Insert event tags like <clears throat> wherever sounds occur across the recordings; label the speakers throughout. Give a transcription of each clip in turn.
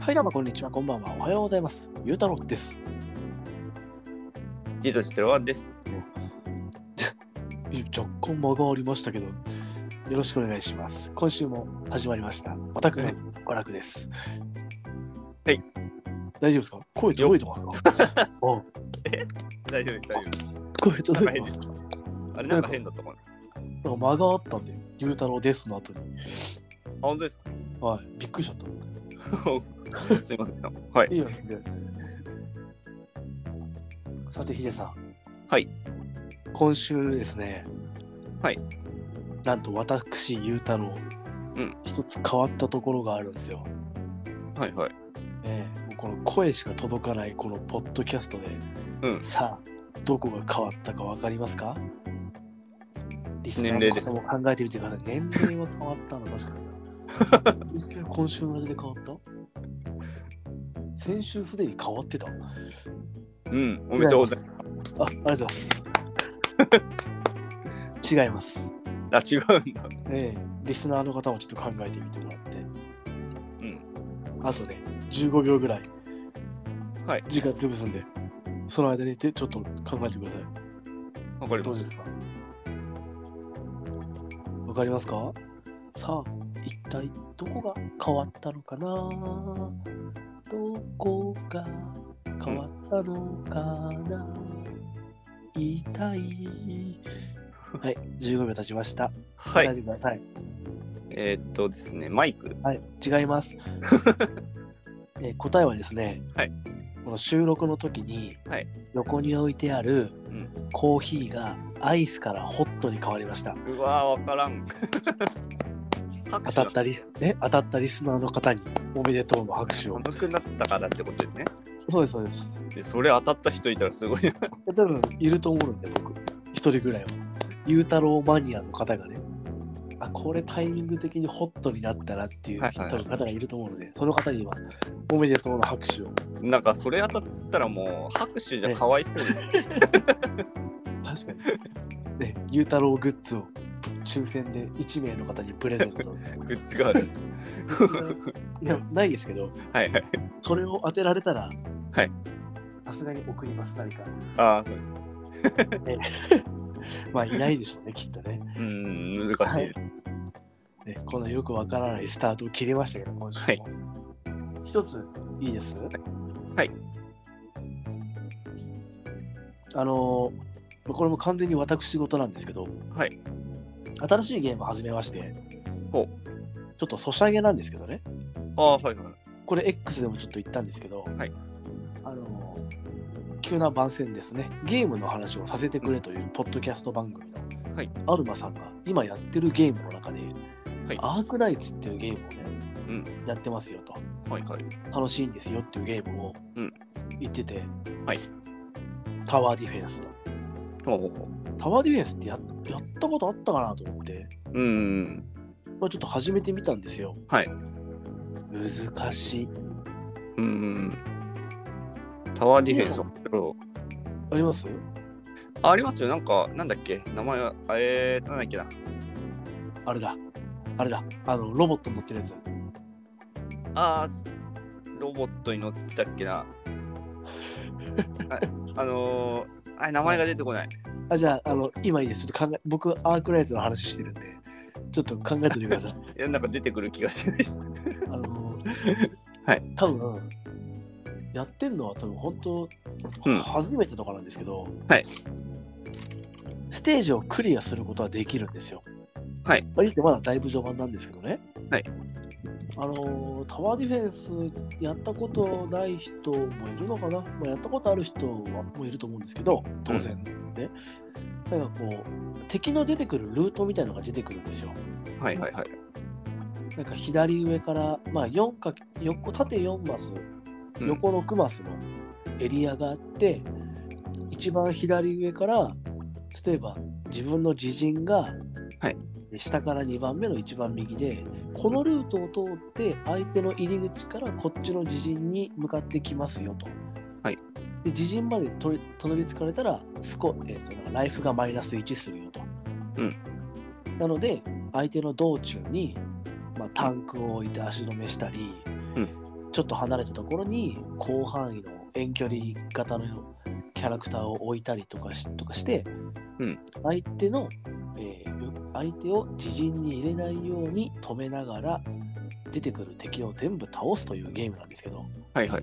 Speaker 1: はい、どうも、こんにちは。こんばんは。おはようございます。ゆうたろうです。
Speaker 2: リードしてるワンです。
Speaker 1: い若干間がありましたけど、よろしくお願いします。今週も始まりました。オタクの娯楽です。
Speaker 2: はい。
Speaker 1: 大丈夫ですか声届いてますかお
Speaker 2: 大丈夫です、大丈夫です。
Speaker 1: 声届いてますか
Speaker 2: あれなんか変だったかな。あ、
Speaker 1: なんか間があったんで、ゆうたろうですの後に。
Speaker 2: 本当ですか
Speaker 1: はい、びっくりしちゃっ
Speaker 2: すいません。は
Speaker 1: た。
Speaker 2: い。
Speaker 1: いいよ、全然さて、ヒデさん。
Speaker 2: はい。
Speaker 1: 今週ですね。
Speaker 2: はい。
Speaker 1: なんと私、ゆうたろう。
Speaker 2: うん。
Speaker 1: 一つ変わったところがあるんですよ。
Speaker 2: はいはい。
Speaker 1: ええもうこの声しか届かないこのポッドキャストで、
Speaker 2: うん
Speaker 1: さあどこが変わったかわかりますかリスナー
Speaker 2: 年齢
Speaker 1: の
Speaker 2: です
Speaker 1: 方も考えてみてください。年齢は変わったの確か
Speaker 2: <laughs>
Speaker 1: に。実際今週のあれで変わった先週すでに変わってた。
Speaker 2: うん、おめでとうござい
Speaker 1: ます。あありがとうございます。違 <laughs> います。
Speaker 2: ます。あ、違うんだ。
Speaker 1: ええリスナーの方もちょっと考えてみてもらって。
Speaker 2: うん。
Speaker 1: あとね、15秒ぐらい
Speaker 2: はい。
Speaker 1: 時間潰すんで、その間にてちょっと考えてください。
Speaker 2: わかり
Speaker 1: ど
Speaker 2: ま
Speaker 1: うで
Speaker 2: した。
Speaker 1: すかわかりますかさあ、一体どこが変わったのかなどこが変わったのかな、痛い。はい、15秒経ちました。
Speaker 2: は
Speaker 1: 答え
Speaker 2: い。
Speaker 1: てください。
Speaker 2: えーっとですね、マイク。
Speaker 1: はい、違い
Speaker 2: <laughs>
Speaker 1: ます。えー答えはですね、
Speaker 2: はい
Speaker 1: この収録の時に
Speaker 2: はい
Speaker 1: 横に置いてある
Speaker 2: ん
Speaker 1: コーヒーがアイスからホットに変わりました。
Speaker 2: うわー、わからん。拍
Speaker 1: 当
Speaker 2: 手
Speaker 1: た
Speaker 2: だ
Speaker 1: ったリス、ね、当たったリスナーの方におめでとうの拍手を。
Speaker 2: 寒くなったからってことですね。
Speaker 1: そうです、そうです。
Speaker 2: で、それ当たった人いたらすごいな。
Speaker 1: 多分いると思うんで、僕、一人ぐらいは。ゆうたろうマニアの方がね、あ、これタイミング的にホットになったなっていう、
Speaker 2: はいはいはい
Speaker 1: 多分方がいると思うので、その方に今、おめでとうの拍手を。
Speaker 2: なんか、それ当たったらもう、拍手じゃかわいそうです。
Speaker 1: 確かに。ね、ゆうたろうグッズを抽選で1名の方にプレゼン
Speaker 2: <laughs>
Speaker 1: ト。
Speaker 2: グッズがある。
Speaker 1: いや、ないですけど、
Speaker 2: はいはい。
Speaker 1: それを当てられたら、
Speaker 2: はい。
Speaker 1: さすがに送ります、誰か。
Speaker 2: ああ、そうです。
Speaker 1: まあ、いないでしょうね、きっとね。
Speaker 2: うん、難しい。。
Speaker 1: はいね、このよくわからないスタートを切りましたけど、今週も。一つ、いいですはいあのーこれも完全に私事なんですけど、
Speaker 2: はい。
Speaker 1: 新しいゲームを始めまして、
Speaker 2: ほう
Speaker 1: ちょっとソシャゲなんですけどね、
Speaker 2: ああ、はいはい。
Speaker 1: これ X でもちょっと言ったんですけど、
Speaker 2: はい
Speaker 1: あの急な番宣ですねゲームの話をさせてくれというポッドキャスト番組の、
Speaker 2: はい
Speaker 1: アルマさんが今やってるゲームの中で、
Speaker 2: はい
Speaker 1: アークナイツっていうゲームをね、
Speaker 2: う
Speaker 1: やってますよと
Speaker 2: はいはい。
Speaker 1: 楽しいんですよっていうゲームを
Speaker 2: うん
Speaker 1: 言ってて、
Speaker 2: はい
Speaker 1: タワーディフェンスの
Speaker 2: おお。
Speaker 1: タワーディフェンスってややったことあったかなと思って、
Speaker 2: うん。
Speaker 1: まあ、ちょっと始めてみたんですよ
Speaker 2: はい。
Speaker 1: 難しい
Speaker 2: うん。タワーディフェンス面白い
Speaker 1: あります
Speaker 2: あありますよ。なんか、なんだっけ名前は、えー、なんだっけな。
Speaker 1: あれだ。あれだ。あの、ロボットに乗ってるやつ。
Speaker 2: あー、ロボットに乗ってたっけな。ああのー、あれ名前が出てこない。
Speaker 1: あ、じゃあ、あの、今いいです。ちょっと考え、僕、アークライズの話してるんで、ちょっと考えておいてください。
Speaker 2: いや、なんか出てくる気がしないです。
Speaker 1: あの、
Speaker 2: はい。
Speaker 1: 多分、やってんのは多分、本当、
Speaker 2: うん
Speaker 1: 初めてとかなんですけど、
Speaker 2: はい。
Speaker 1: ステージをクリアすることはできるんですよ。
Speaker 2: はい。
Speaker 1: まあ、言ってまだだいぶ序盤なんですけどね。
Speaker 2: はい。
Speaker 1: あのタワーディフェンスやったことない人もいるのかな、まあ、やったことある人はもういると思うんですけど当然ね、なんかこう敵の出てくるルートみたいのが出てくるんですよ
Speaker 2: はいはいはい。
Speaker 1: なんか左上から、まあ、4か横縦4マス
Speaker 2: うん
Speaker 1: 横6マスのエリアがあって、一番左上から例えば自分の自陣が、
Speaker 2: はい
Speaker 1: 下から2番目の一番右でこのルートを通って相手の入り口からこっちの自陣に向かってきますよと。
Speaker 2: はい
Speaker 1: で自陣までとりたどり着かれたらスコ、えー、となんかライフがマイナス1するよと。
Speaker 2: うん
Speaker 1: なので相手の道中に、まあ、タンクを置いて足止めしたり、
Speaker 2: うん
Speaker 1: ちょっと離れたところに広範囲の遠距離型のキャラクターを置いたりとかしとかして、
Speaker 2: うん
Speaker 1: 相手の、えーう相手を自陣に入れないように止めながら出てくる敵を全部倒すというゲームなんですけど
Speaker 2: はいはい。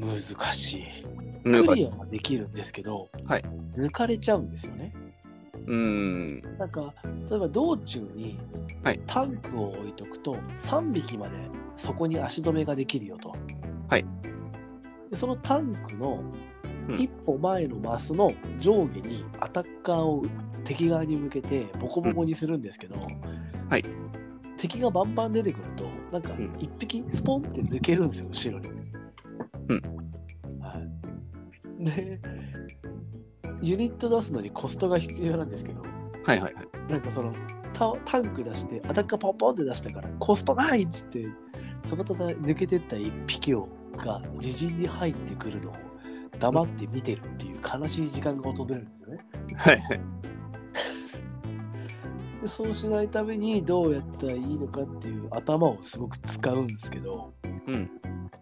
Speaker 1: 難しい
Speaker 2: なんか
Speaker 1: クリアはできるんですけど、
Speaker 2: はい
Speaker 1: 抜かれちゃうんですよね
Speaker 2: うん。
Speaker 1: なんか例えば道中に
Speaker 2: はい
Speaker 1: タンクを置いとくと3匹までそこに足止めができるよと。
Speaker 2: はい
Speaker 1: でそのタンクの
Speaker 2: うん
Speaker 1: 一歩前のマスの上下にアタッカーを敵側に向けてボコボコにするんですけど、
Speaker 2: はい
Speaker 1: 敵がバンバン出てくるとなんか
Speaker 2: ん
Speaker 1: 1匹スポンって抜けるんですよ後ろに。
Speaker 2: うん
Speaker 1: はい、でユニット出すのにコストが必要なんですけど
Speaker 2: はいはいはい。
Speaker 1: なんかそのタタンク出してアタッカーポンポンって出したからコストないっつってたまたま抜けてった一匹をが自陣に入ってくるのを黙って見てるっていう悲しい時間が訪れるんですね。
Speaker 2: はいはい。
Speaker 1: でそうしないためにどうやったらいいのかっていう頭をすごく使うんですけど
Speaker 2: うん。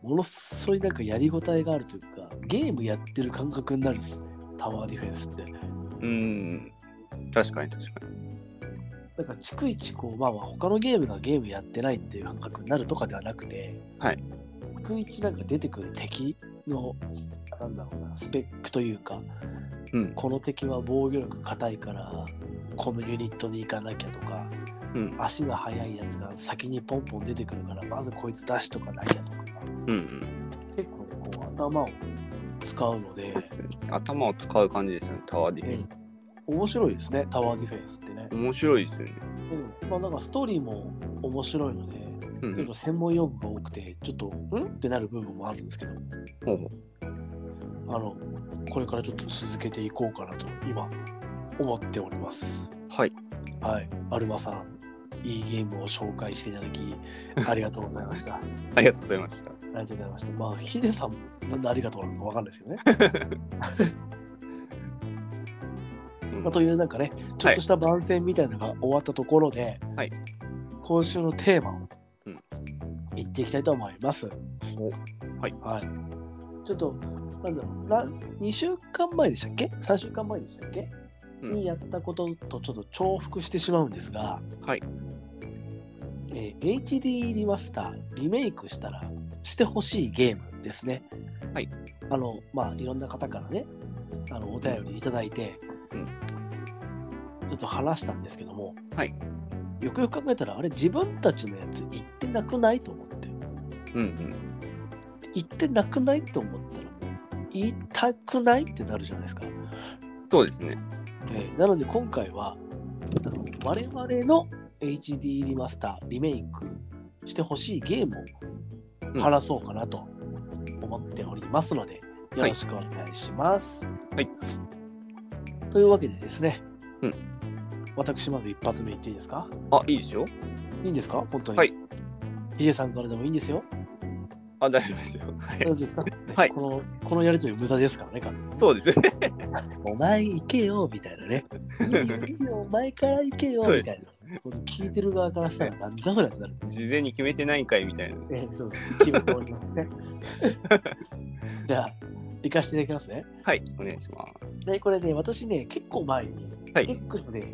Speaker 1: ものすごいなんかやりごたえがあるというかゲームやってる感覚になるんですねタワーディフェンスって。
Speaker 2: うん。確かに確かに。
Speaker 1: なんか逐一こう、まあ、まあ他のゲームがゲームやってないっていう感覚になるとかではなくて、
Speaker 2: はい
Speaker 1: 逐一なんか出てくる敵のなんだろうなスペックというか
Speaker 2: うん。
Speaker 1: この敵は防御力硬いからこのユニットに行かなきゃとか
Speaker 2: うん。
Speaker 1: 足が速いやつが先にポンポン出てくるからまずこいつ出しとかないやとか
Speaker 2: うん。
Speaker 1: 結構ねこう頭を使うので、
Speaker 2: 頭を使 <laughs> う感じですよね、タワーディフェンス。
Speaker 1: 面白いですねタワーディフェンスってね。
Speaker 2: 面白いですよね。
Speaker 1: うんまあ、なんかストーリーも面白いので
Speaker 2: うん
Speaker 1: 結構専門用語が多くて、ちょっと、んってなる部分もあるんですけど、
Speaker 2: ほうほう
Speaker 1: あの、これからちょっと続けていこうかなと、今、思っております。
Speaker 2: はい。
Speaker 1: はい。アルマさん、いいゲームを紹介していただき、ありがとうございま
Speaker 2: <laughs>
Speaker 1: した。あ
Speaker 2: ありがとうございました。
Speaker 1: りがとうございました。まあ、ヒデさんも、なんでありがとうなのかわかんないですけどね。
Speaker 2: うん
Speaker 1: まあ、という、なんかね、ちょっとした番宣みたいなのが終わったところで、
Speaker 2: はい
Speaker 1: 今週のテーマを
Speaker 2: うん、
Speaker 1: 言っていきたいと思います。
Speaker 2: はい。
Speaker 1: はい。ちょっと、なんだろうな、2週間前でしたっけ ?3 週間前でしたっけ、
Speaker 2: うん
Speaker 1: にやったこととちょっと重複してしまうんですが、
Speaker 2: はい。
Speaker 1: えー HD リマスター、リメイクしたらしてほしいゲームですね。
Speaker 2: はい。
Speaker 1: あの、まあ、いろんな方からね、あのお便りいただいて、
Speaker 2: うん
Speaker 1: ちょっと話したんですけども、
Speaker 2: はい。
Speaker 1: よくよく考えたら、あれ、自分たちのやつ言ってなくないと思って。
Speaker 2: うん
Speaker 1: 言ってなくないと思ったらもう言いたくないってなるじゃないですか。
Speaker 2: うん。そうですね。
Speaker 1: えーなので今回はあの我々の HD リマスターリメイクしてほしいゲーム
Speaker 2: う
Speaker 1: を
Speaker 2: ん
Speaker 1: 話そうかなと思っておりますので、
Speaker 2: い
Speaker 1: よろしくお願いします。
Speaker 2: はい
Speaker 1: というわけでですね、
Speaker 2: うん
Speaker 1: 私まず一発目いっていいですか
Speaker 2: あ、いいですよ。
Speaker 1: いいんですか本当に。
Speaker 2: はい。
Speaker 1: ヒデさんからでもいいんですよ。
Speaker 2: あ、大丈夫ですよ。は
Speaker 1: 大
Speaker 2: い
Speaker 1: 丈夫ですか、
Speaker 2: はい
Speaker 1: このこのやりとり無駄ですからね、完全に
Speaker 2: そうですね。 <laughs>
Speaker 1: お前行けよみたいなね。いいよいいよお前から行けよ
Speaker 2: そう
Speaker 1: み
Speaker 2: です
Speaker 1: たいな。この聞いてる側からしたらなんじゃそりゃってなる。
Speaker 2: 事前に決めてないんかいみたいな。
Speaker 1: ええそうです。気分変わりますね。
Speaker 2: <laughs>
Speaker 1: じゃあ、行かせていただきますね。
Speaker 2: はい、お願いします。
Speaker 1: で、これね、私ね、結構前に
Speaker 2: はい。
Speaker 1: X で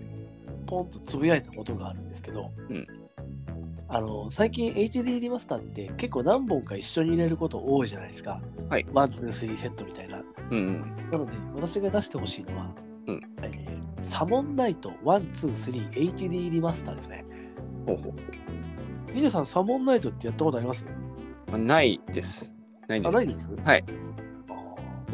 Speaker 1: ポンとつぶやいたことがあるんですけど、
Speaker 2: うん
Speaker 1: あの最近 HD リマスターって結構何本か一緒に入れること多いじゃないですか。
Speaker 2: はい
Speaker 1: ワン、ツー、スリーセットみたいな。
Speaker 2: うん
Speaker 1: なので、私が出してほしいのは、
Speaker 2: うん
Speaker 1: えーサモンナイト 123HD リマスターですね。
Speaker 2: うん。ほうほう
Speaker 1: ミネさん、サモンナイトってやったことあります
Speaker 2: あ。ないです。ないで
Speaker 1: あ、
Speaker 2: す。
Speaker 1: ないです
Speaker 2: はい。
Speaker 1: あー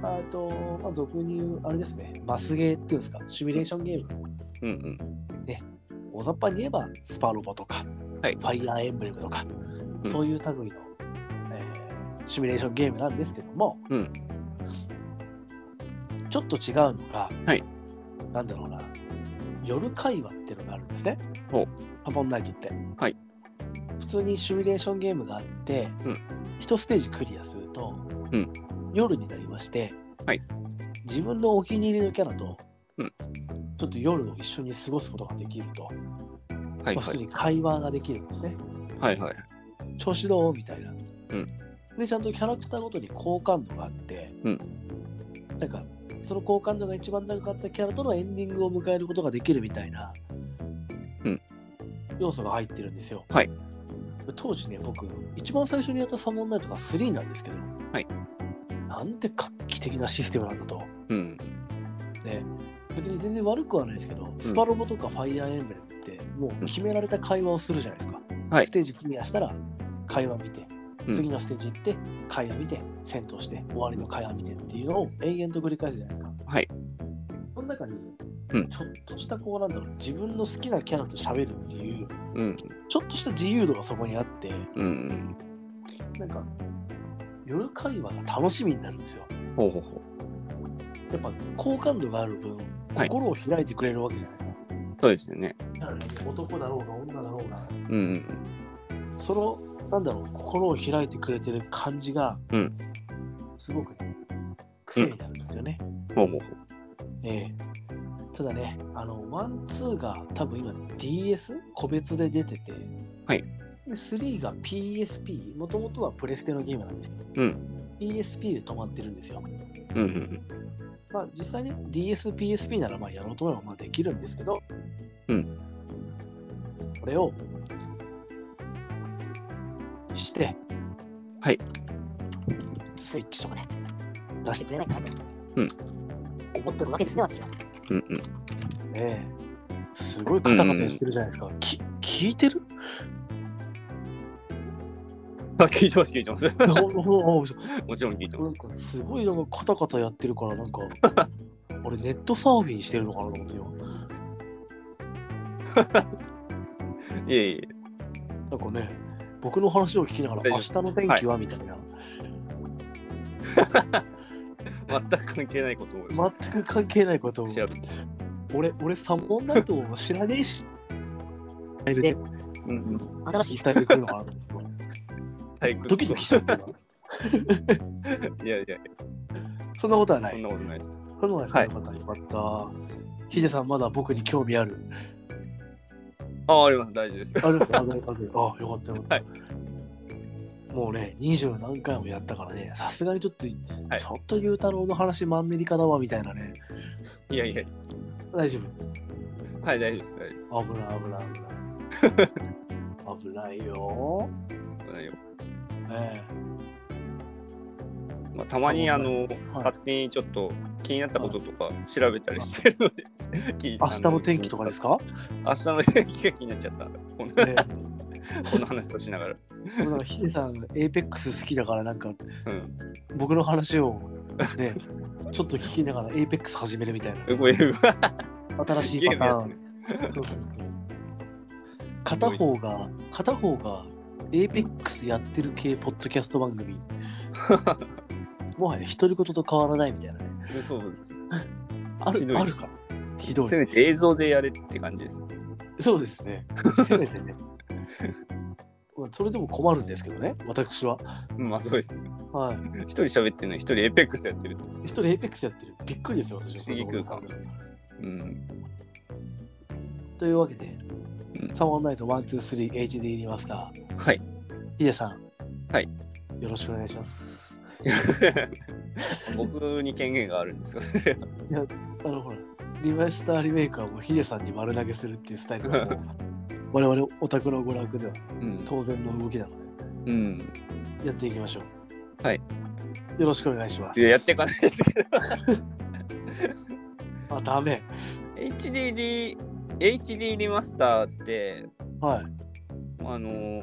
Speaker 1: まあ、あと、まあ、俗に言う、あれですね、マスゲーっていうんですか、シミュレーションゲーム。
Speaker 2: うん
Speaker 1: 大雑把に言えば、スパロボとか、
Speaker 2: はい
Speaker 1: ファイアーエンブレムとか、
Speaker 2: うん
Speaker 1: そういう類の、えーシミュレーションゲームなんですけども、
Speaker 2: うん
Speaker 1: ちょっと違うのが、
Speaker 2: はい
Speaker 1: なんだろうな、夜会話っていうのがあるんですね。
Speaker 2: ほう
Speaker 1: サモンナイトって。
Speaker 2: はい
Speaker 1: 普通にシミュレーションゲームがあって、
Speaker 2: うん
Speaker 1: 一ステージクリアすると、
Speaker 2: うん
Speaker 1: 夜になりまして、
Speaker 2: はい
Speaker 1: 自分のお気に入りのキャラと、
Speaker 2: うん
Speaker 1: ちょっと夜を一緒に過ごすことができると、
Speaker 2: うん。はい
Speaker 1: まあ普
Speaker 2: は
Speaker 1: 通
Speaker 2: い。
Speaker 1: に会話ができるんですね。
Speaker 2: はいはい。
Speaker 1: 調子どうみたいな、
Speaker 2: うん
Speaker 1: でちゃんとキャラクターごとに好感度があって、
Speaker 2: うん
Speaker 1: なんかその好感度が一番高かったキャラとのエンディングを迎えることができるみたいな、
Speaker 2: うん
Speaker 1: 要素が入ってるんですよ
Speaker 2: はい
Speaker 1: 当時ね僕一番最初にやったサモンナイトが3なんですけど、
Speaker 2: はい
Speaker 1: なんて画期的なシステムなんだと。
Speaker 2: うん。
Speaker 1: ね、別に全然悪くはないですけど、スパロボとかファイアーエンブレムって、もう決められた会話をするじゃないですか。
Speaker 2: はい
Speaker 1: ステージクリアしたら、会話見て、
Speaker 2: うん
Speaker 1: 次のステージ行って、会話見て、戦闘して、終わりの会話見てっていうのを延々と繰り返すじゃないですか。
Speaker 2: はい。
Speaker 1: その中に、
Speaker 2: うん
Speaker 1: ちょっとしたこうなんだろう、自分の好きなキャラと喋るっていう、
Speaker 2: うん。
Speaker 1: ちょっとした自由度がそこにあって、
Speaker 2: うん。
Speaker 1: なんか、夜会話が楽しみになるんですよ。
Speaker 2: ほうほうほ
Speaker 1: やっぱ好感度がある分、
Speaker 2: はい
Speaker 1: 心を開いてくれるわけじゃないですか。
Speaker 2: う。そうですよね。
Speaker 1: 男だろうが女だろうが
Speaker 2: うん。
Speaker 1: そのなんだろう心を開いてくれてる感じが、
Speaker 2: うん
Speaker 1: すごくね癖になるんですよね、
Speaker 2: ほうほうほ
Speaker 1: ええただねあのワンツーが多分今 DS 個別で出てて
Speaker 2: はい
Speaker 1: で3が PSP もともとはプレステのゲームなんですけど、
Speaker 2: う
Speaker 1: PSP で止まってるんですよ
Speaker 2: う。うんうん。
Speaker 1: まあ実際に DSPSP ならまあやろうと思えばまあできるんですけど、
Speaker 2: うん
Speaker 1: これをして、
Speaker 2: はい。
Speaker 3: スイッチとかね、出してくれないかなと、
Speaker 2: うん
Speaker 3: 思ってるわけですね、私は。
Speaker 2: うんうん。
Speaker 1: ねえすごいカタカタ言ってるじゃないですか。き聞いて
Speaker 2: <laughs>
Speaker 1: る
Speaker 2: あ、聞いてます、聞いてます。 <laughs>
Speaker 1: おおお
Speaker 2: もちろん聞いてま
Speaker 1: な
Speaker 2: す
Speaker 1: ん。かすごいなんかカタカタやってるから、
Speaker 2: <laughs>
Speaker 1: なんか俺ネットサーフィンしてるのかなと思って今。
Speaker 2: いえいえ。
Speaker 1: なんかね、僕の話を聞きながら、
Speaker 2: 大丈夫
Speaker 1: 明日の天気はみたいな、
Speaker 2: 全く関係ないことを
Speaker 1: 全く関係ないことを。
Speaker 2: 調べて。
Speaker 1: 俺、俺、サモンナイトを知らねえし。
Speaker 3: で
Speaker 2: うんうん。
Speaker 3: 新しいスタイ
Speaker 1: 伝えてくるのかなと思って
Speaker 2: 退屈
Speaker 1: ドキドキしちゃったよ。
Speaker 2: いやいや、
Speaker 1: <laughs> そんなことはな
Speaker 2: そん
Speaker 1: い。
Speaker 2: なことないです。
Speaker 1: そんなことはない。よかった、よかった。ヒデさん、まだ僕に興味ある。
Speaker 2: あ、あります、大丈夫です。
Speaker 1: あれです、あれですあれです。あ、よかったよか
Speaker 2: は
Speaker 1: った。もうね、二十何回もやったからね、さすがにちょっと、ち
Speaker 2: はい
Speaker 1: ょっとゆうたろうの話マンネリ化だわみたいなね。
Speaker 2: いやいや、
Speaker 1: 大丈夫。
Speaker 2: はい、大丈夫です。大丈
Speaker 1: 危ない危ない
Speaker 2: <laughs>
Speaker 1: 危ない。危ないよ。
Speaker 2: 夫大丈
Speaker 1: え
Speaker 2: 夫まあ、たまに、
Speaker 1: そ
Speaker 2: あ
Speaker 1: うなんだ
Speaker 2: の、勝手にちょっと気になったこととか調べたりしてるので、聞い
Speaker 1: え明日の天気とかですか、
Speaker 2: か明日の天気が気になっちゃった。こんな
Speaker 1: ね
Speaker 2: こんな話をしながら。
Speaker 1: え、もうなんかヒデさん、エーペックス好きだから、なんか
Speaker 2: うん。
Speaker 1: 僕の話をね、ちょっと聞きながらエイペックス始めるみたいな。
Speaker 2: これ、
Speaker 1: 新しいパターン。そうそうそう片方が、片方がエイペックスやってる系ポッドキャスト番
Speaker 2: <laughs>
Speaker 1: 組。もはや独り言と変わらないみたいなね。
Speaker 2: そうです。
Speaker 1: あ
Speaker 2: ひ
Speaker 1: る
Speaker 2: どい
Speaker 1: あるから。ひどい
Speaker 2: せ。めて映像でやれって感じです。
Speaker 1: そうですね。せめてね。 <laughs> まあそれでも困るんですけどね、私は。
Speaker 2: まあ、そうです。
Speaker 1: はい。
Speaker 2: 一人喋ってない、一人エペックスやってるって。
Speaker 1: 一人エイペックスやってる。びっくりですよ、私は
Speaker 2: 不思議空間うん。
Speaker 1: というわけで、
Speaker 2: うん
Speaker 1: サモンナイト 123HD リマスター、
Speaker 2: はい。 <laughs>
Speaker 1: ヒデさん、
Speaker 2: はい。
Speaker 1: よろしくお願いします。
Speaker 2: 僕に権限があるんですよ。
Speaker 1: あの、ほら、リマスターリメイクはもうヒデさんに丸投げするっていうスタイルがもう、
Speaker 2: <laughs>
Speaker 1: 我々オタクの娯楽では
Speaker 2: うん。
Speaker 1: 当然の動きなの
Speaker 2: うん。
Speaker 1: で、やっていきましょう。
Speaker 2: はい。
Speaker 1: よろしくお願いしま
Speaker 2: い
Speaker 1: す。
Speaker 2: や、やっていかないですけど。
Speaker 1: あ、ダメ。
Speaker 2: HDD、HD リマスターって、
Speaker 1: はい。
Speaker 2: あの、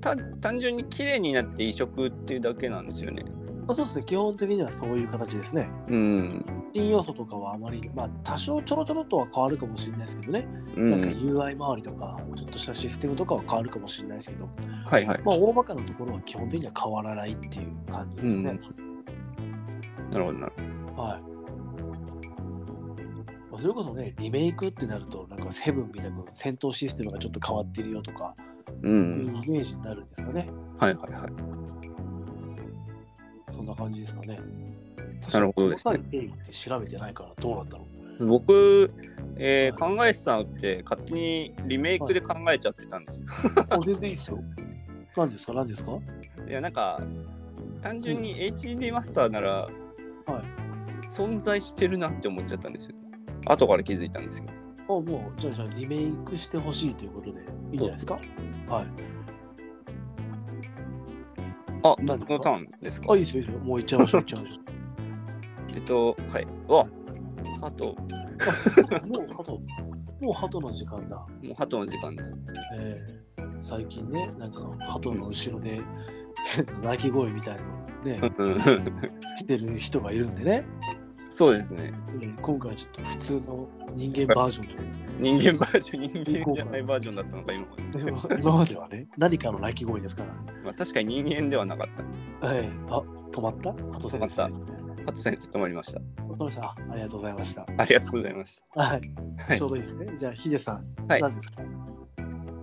Speaker 2: た単純に綺麗になって移植っていうだけなんですよね。
Speaker 1: まあ、そうですね、基本的にはそういう形ですね。
Speaker 2: うん。
Speaker 1: 新要素とかはあまり、まあ、多少ちょろちょろっとは変わるかもしれないですけどね。
Speaker 2: うん
Speaker 1: なんか UI 周りとか、ちょっとしたシステムとかは変わるかもしれないですけど、
Speaker 2: はいはい。
Speaker 1: まあ、大まかなところは基本的には変わらないっていう感じですね。
Speaker 2: なるほどなる
Speaker 1: はい。まあ、それこそね、リメイクってなると、なんかセブンみたいな戦闘システムがちょっと変わってるよとか、
Speaker 2: ほど。う。
Speaker 1: いうんイメージになるんですかね。
Speaker 2: はいはいはい。
Speaker 1: そんな感じですかね。
Speaker 2: なるほどですね
Speaker 1: 細かい定義って調べてないからどうなんだろ
Speaker 2: 僕、えー考えてたのって勝手にリメイクで考えちゃってたんですよ。
Speaker 1: う。あ全然いいっすよ。何ですか何ですかはい
Speaker 2: やなんか単純に HD マスターなら
Speaker 1: い。
Speaker 2: 存在してるなって思っちゃったんですよ後から気づいたんですけど
Speaker 1: あ、もう、じゃあじゃあリメイクしてほしいということで、いいんじゃないですかはい。
Speaker 2: あ
Speaker 1: 何ですか
Speaker 2: 僕のターンですか
Speaker 1: あ、いいですよ、いいですよ。もう行っちゃいましょう、行っちゃいまし
Speaker 2: えっとはいわハト
Speaker 1: ょ <laughs> う。もう、ハト、もうハトの時間だ。
Speaker 2: もうハトの時間です
Speaker 1: えー最近ね、なんか、ハトの後ろで、 <laughs> 変な鳴き声みたいなのをね、
Speaker 2: うん
Speaker 1: してる人がいるんでね、
Speaker 2: そうですね
Speaker 1: うん今回はちょっと普通の人間バージョンで。
Speaker 2: 人間バージョン人間じゃないバージョンだったのか今ま
Speaker 1: <laughs>
Speaker 2: で
Speaker 1: でも今まではね、何かの鳴き声ですから。
Speaker 2: まあ確かに人間ではなかった
Speaker 1: はい。あ、止まったハト先生。
Speaker 2: 止ハト先生止まりました
Speaker 1: わかりました。ありがとうございました。
Speaker 2: ありがとうございまし
Speaker 1: はい。
Speaker 2: た、はい
Speaker 1: ちょうどいいですね。じゃあ、ヒデさん、
Speaker 2: はい
Speaker 1: 何ですか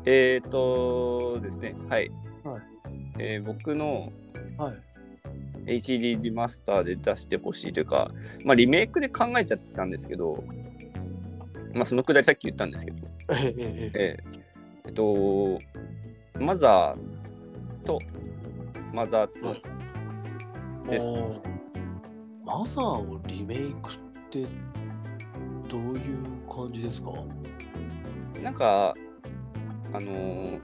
Speaker 2: えーとですね、はい。
Speaker 1: はい
Speaker 2: えー僕の
Speaker 1: はい。
Speaker 2: HD リマスターで出してほしいというか、まあ、リメイクで考えちゃったんですけど、まあ、そのくだりさっき言ったんですけど、
Speaker 1: えええええ
Speaker 2: えーえっと、マザーとマザー
Speaker 1: は
Speaker 2: 2
Speaker 1: いえ
Speaker 2: です。
Speaker 1: おーマザーをリメイクってどういう感じですか
Speaker 2: なんか、あのー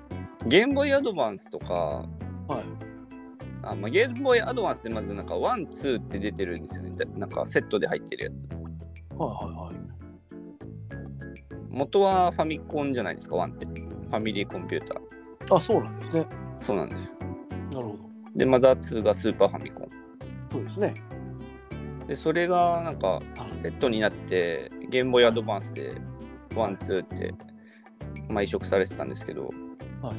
Speaker 2: ゲームボーイアドバンスとか、
Speaker 1: はい。
Speaker 2: あまあ、ゲームボーイアドバンスでまずなんか1、2って出てるんですよね。なんかセットで入ってるやつ。
Speaker 1: はいはいはい。
Speaker 2: 元はファミコンじゃないですか、ワンって。ファミリーコンピューター。
Speaker 1: あ、そうなんですね。
Speaker 2: そうなんですよ。
Speaker 1: なるほど。
Speaker 2: で、マザー2がスーパーファミコ
Speaker 1: そうですね。
Speaker 2: ン。で、それがなんかセットになって、ゲームボーイアドバンスで、ワン、ツーって、まあ、移植されてたんですけど。
Speaker 1: は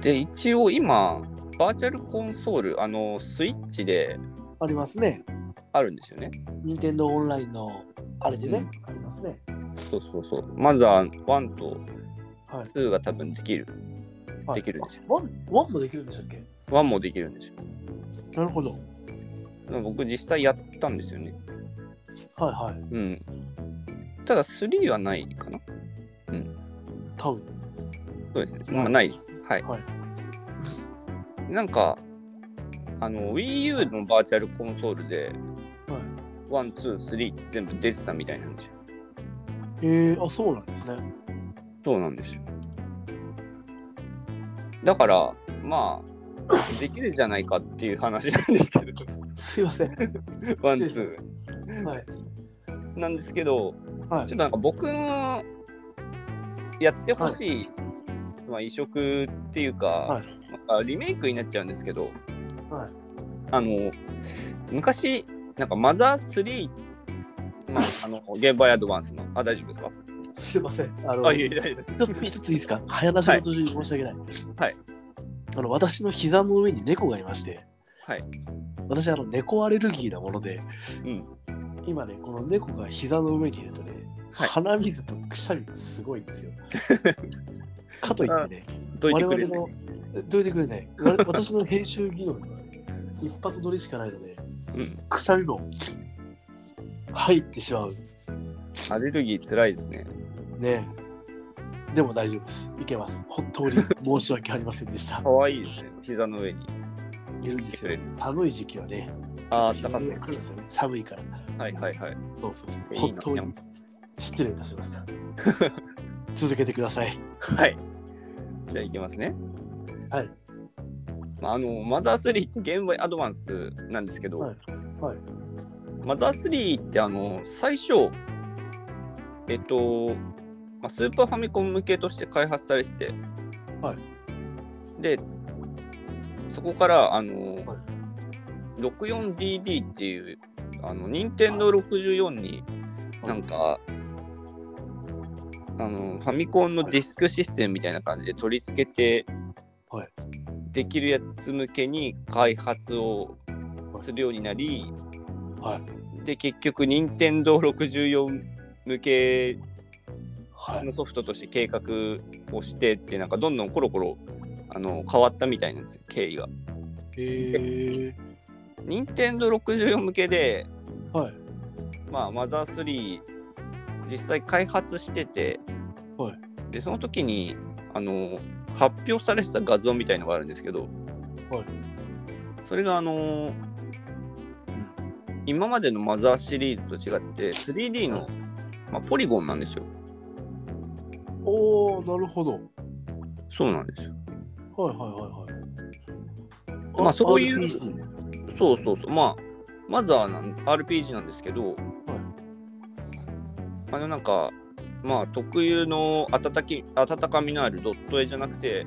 Speaker 2: で、一応今、バーチャルコンソール、あの、スイッチで
Speaker 1: ありますね。
Speaker 2: あるんですよね。
Speaker 1: 任天堂オンラインのあれでね、ありますね。
Speaker 2: そうそうそう。マザー1と
Speaker 1: はい。
Speaker 2: 2が多分できる。
Speaker 1: はい
Speaker 2: できるんですよ
Speaker 1: あワン、ワンもできるんでしたっけ
Speaker 2: 1もできるんですよ。
Speaker 1: なるほど。
Speaker 2: だから僕実際やったんですよね。
Speaker 1: はいはい。
Speaker 2: うん。ただ3はないかな
Speaker 1: 多分。
Speaker 2: そうですね。まあ、ないです。はい。
Speaker 1: は
Speaker 2: なんか、あの、Wii U のバーチャルコンソールで、
Speaker 1: はい。
Speaker 2: 1、2、3って全部出てたみたいなんですよ。
Speaker 1: ええあ、そうなんですね。
Speaker 2: そうなんですよ。だから、ま
Speaker 1: <laughs>
Speaker 2: あ、できるじゃないかっていう話なんですけど、
Speaker 1: すいま
Speaker 2: <laughs>
Speaker 1: せん。
Speaker 2: ワン、ツ
Speaker 1: はい。
Speaker 2: ー。なんですけど、
Speaker 1: はい
Speaker 2: ちょっとなんか僕のやってほしい、まあ、移植っていうか、
Speaker 1: はい
Speaker 2: まあリメイクになっちゃうんですけど、
Speaker 1: はい
Speaker 2: あの昔なんかマザー3まあ、あのゲームバイアドバンスのあ大丈夫ですか
Speaker 1: すいません。あの、
Speaker 2: あいえいえ大丈夫です
Speaker 1: 一つ一ついいですか早なしの途中に申し訳ない。
Speaker 2: はい。
Speaker 1: あの、私の膝の上に猫がいまして、
Speaker 2: はい。
Speaker 1: 私、あの、猫アレルギーなもので、
Speaker 2: うん
Speaker 1: 今ね、この猫が膝の上にいるとね、
Speaker 2: はい
Speaker 1: 鼻水とくしゃみがすごいん
Speaker 2: <laughs>
Speaker 1: ですよ。かといってね、
Speaker 2: どいてくれる
Speaker 1: 我々の、どいてくれない。わ私の編集技能には、ね、一発撮りしかないので、
Speaker 2: うん
Speaker 1: くしゃみも入ってしまう。
Speaker 2: アレルギーつらいですね
Speaker 1: ねえでも大丈夫です。いけます。本当に申し訳ありませんで
Speaker 2: <laughs>
Speaker 1: した。
Speaker 2: 可愛いですね膝の上に
Speaker 1: いるんですよ。寒い時期はね、
Speaker 2: ああ
Speaker 1: 膝
Speaker 2: 高
Speaker 1: が
Speaker 2: そう
Speaker 1: 来るんですよね寒いから。
Speaker 2: はいはいはい
Speaker 1: そうそうそう。
Speaker 2: いいな
Speaker 1: 本当に失礼いたしま
Speaker 2: <laughs>
Speaker 1: した。続けてください。
Speaker 2: はいじゃあいきますね
Speaker 1: はい
Speaker 2: まああのマザー3ってゲームボーイアドバンスなんですけど、
Speaker 1: はいはい。
Speaker 2: マザー3ってあの最初えっと、まあ、スーパーファミコン向けとして開発されてて、、
Speaker 1: はい
Speaker 2: でそこからあの、
Speaker 1: はい
Speaker 2: 64DD っていうあの任天堂64に
Speaker 1: はい
Speaker 2: なんか、あのファミコンのディスクシステムみたいな感じで取り付けて、
Speaker 1: はい
Speaker 2: できるやつ向けに開発をするようになり、
Speaker 1: はい。
Speaker 2: で結局任天堂64向け
Speaker 1: はい。
Speaker 2: のソフトとして計画をしてってなんかどんどんコロコロあの変わったみたいなんですよ経緯が。
Speaker 1: え
Speaker 2: 任天堂64向けで、
Speaker 1: ー、はい。
Speaker 2: まあ、マザー3実際開発してて、
Speaker 1: はい
Speaker 2: でその時にあの発表されてた画像みたいのがあるんですけど、
Speaker 1: はい
Speaker 2: それがあのー今までのマザーシリーズと違って 3D の、まあ、ポリゴンなんですよ。
Speaker 1: おー、なるほど。
Speaker 2: そうなんですよ。
Speaker 1: はいはいはいはい。
Speaker 2: まあそういう
Speaker 1: RPG
Speaker 2: そうそうそう。まあ、マザーなん RPG なんですけど、あのなんか、まあ特有の温き温かみのあるドット絵じゃなくて、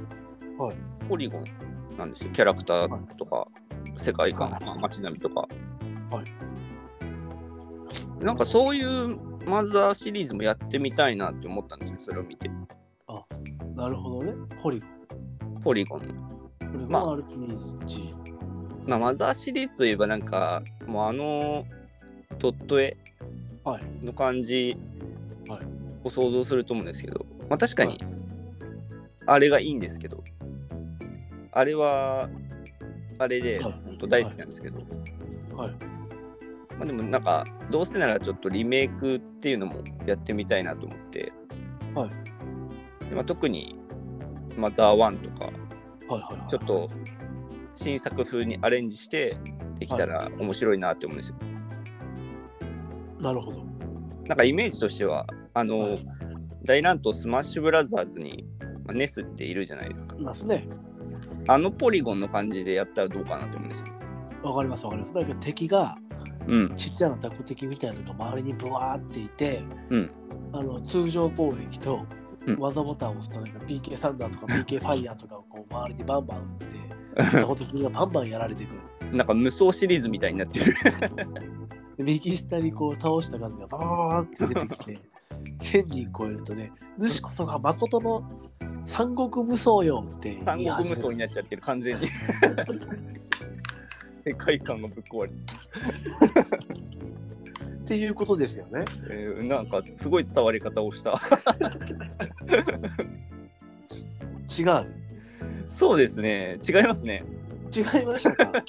Speaker 1: はい
Speaker 2: ポリゴンなんですよ。キャラクターとか、世界観、
Speaker 1: はい
Speaker 2: まあ街並みとか。
Speaker 1: は
Speaker 2: なんかそういうマザーシリーズもやってみたいなって思ったんですよ、それを見て。
Speaker 1: なるほどね。ポリゴ
Speaker 2: ポリゴ
Speaker 1: ン。
Speaker 2: ン。
Speaker 1: これ
Speaker 2: まあ
Speaker 1: も RPG。
Speaker 2: まあ、マザーシリーズといえばなんか、もうあのドット絵
Speaker 1: はい
Speaker 2: の感じ
Speaker 1: はい
Speaker 2: を想像すると思うんですけど、まあ確かに、あれがいいんですけど、あれは、あれで、
Speaker 1: はい
Speaker 2: 本当大好きなんですけど、
Speaker 1: はい。
Speaker 2: まあでもなんか、どうせならちょっとリメイクっていうのもやってみたいなと思って、
Speaker 1: は
Speaker 2: でまあ、特に、マザー1とか、
Speaker 1: はいはいはい。
Speaker 2: ちょっと新作風にアレンジしてできたら面白いなって思うんですよ。
Speaker 1: なるほど。
Speaker 2: なんかイメージとしては、あの、
Speaker 1: はい
Speaker 2: 大乱闘スマッシュブラザーズに、まあネスっているじゃないですか。
Speaker 1: ますね。
Speaker 2: あのポリゴンの感じでやったらどうかなと思うんですよ。
Speaker 1: わかりますわかります。なんか敵が
Speaker 2: うん。
Speaker 1: ちっちゃなタコ敵みたいなのが周りにブワーっていて、
Speaker 2: うん
Speaker 1: あの通常攻撃と
Speaker 2: うん
Speaker 1: 技ボタンを押すとなんか PK サンダーとか PK ファイヤーとかをこう周りにバンバン打
Speaker 2: <laughs>
Speaker 1: って、タコ敵がバンバンやられていくる。
Speaker 2: なんか無双シリーズ <laughs> みたいになってる。
Speaker 1: で右下にこう倒した数がバーンって出てき
Speaker 2: <laughs>
Speaker 1: て、千人超えるとね、主こそが誠の三国無双よって
Speaker 2: 三
Speaker 1: 言い始
Speaker 2: 国無
Speaker 1: め
Speaker 2: 双
Speaker 1: る
Speaker 2: になっちゃってる、完全 <laughs> に。世界観がぶっ壊れて、
Speaker 1: っていうことですよね。
Speaker 2: えーなんかすごい伝わり方をした。
Speaker 1: 違う。
Speaker 2: <laughs> そうですね。違いますね。
Speaker 1: 違いましたか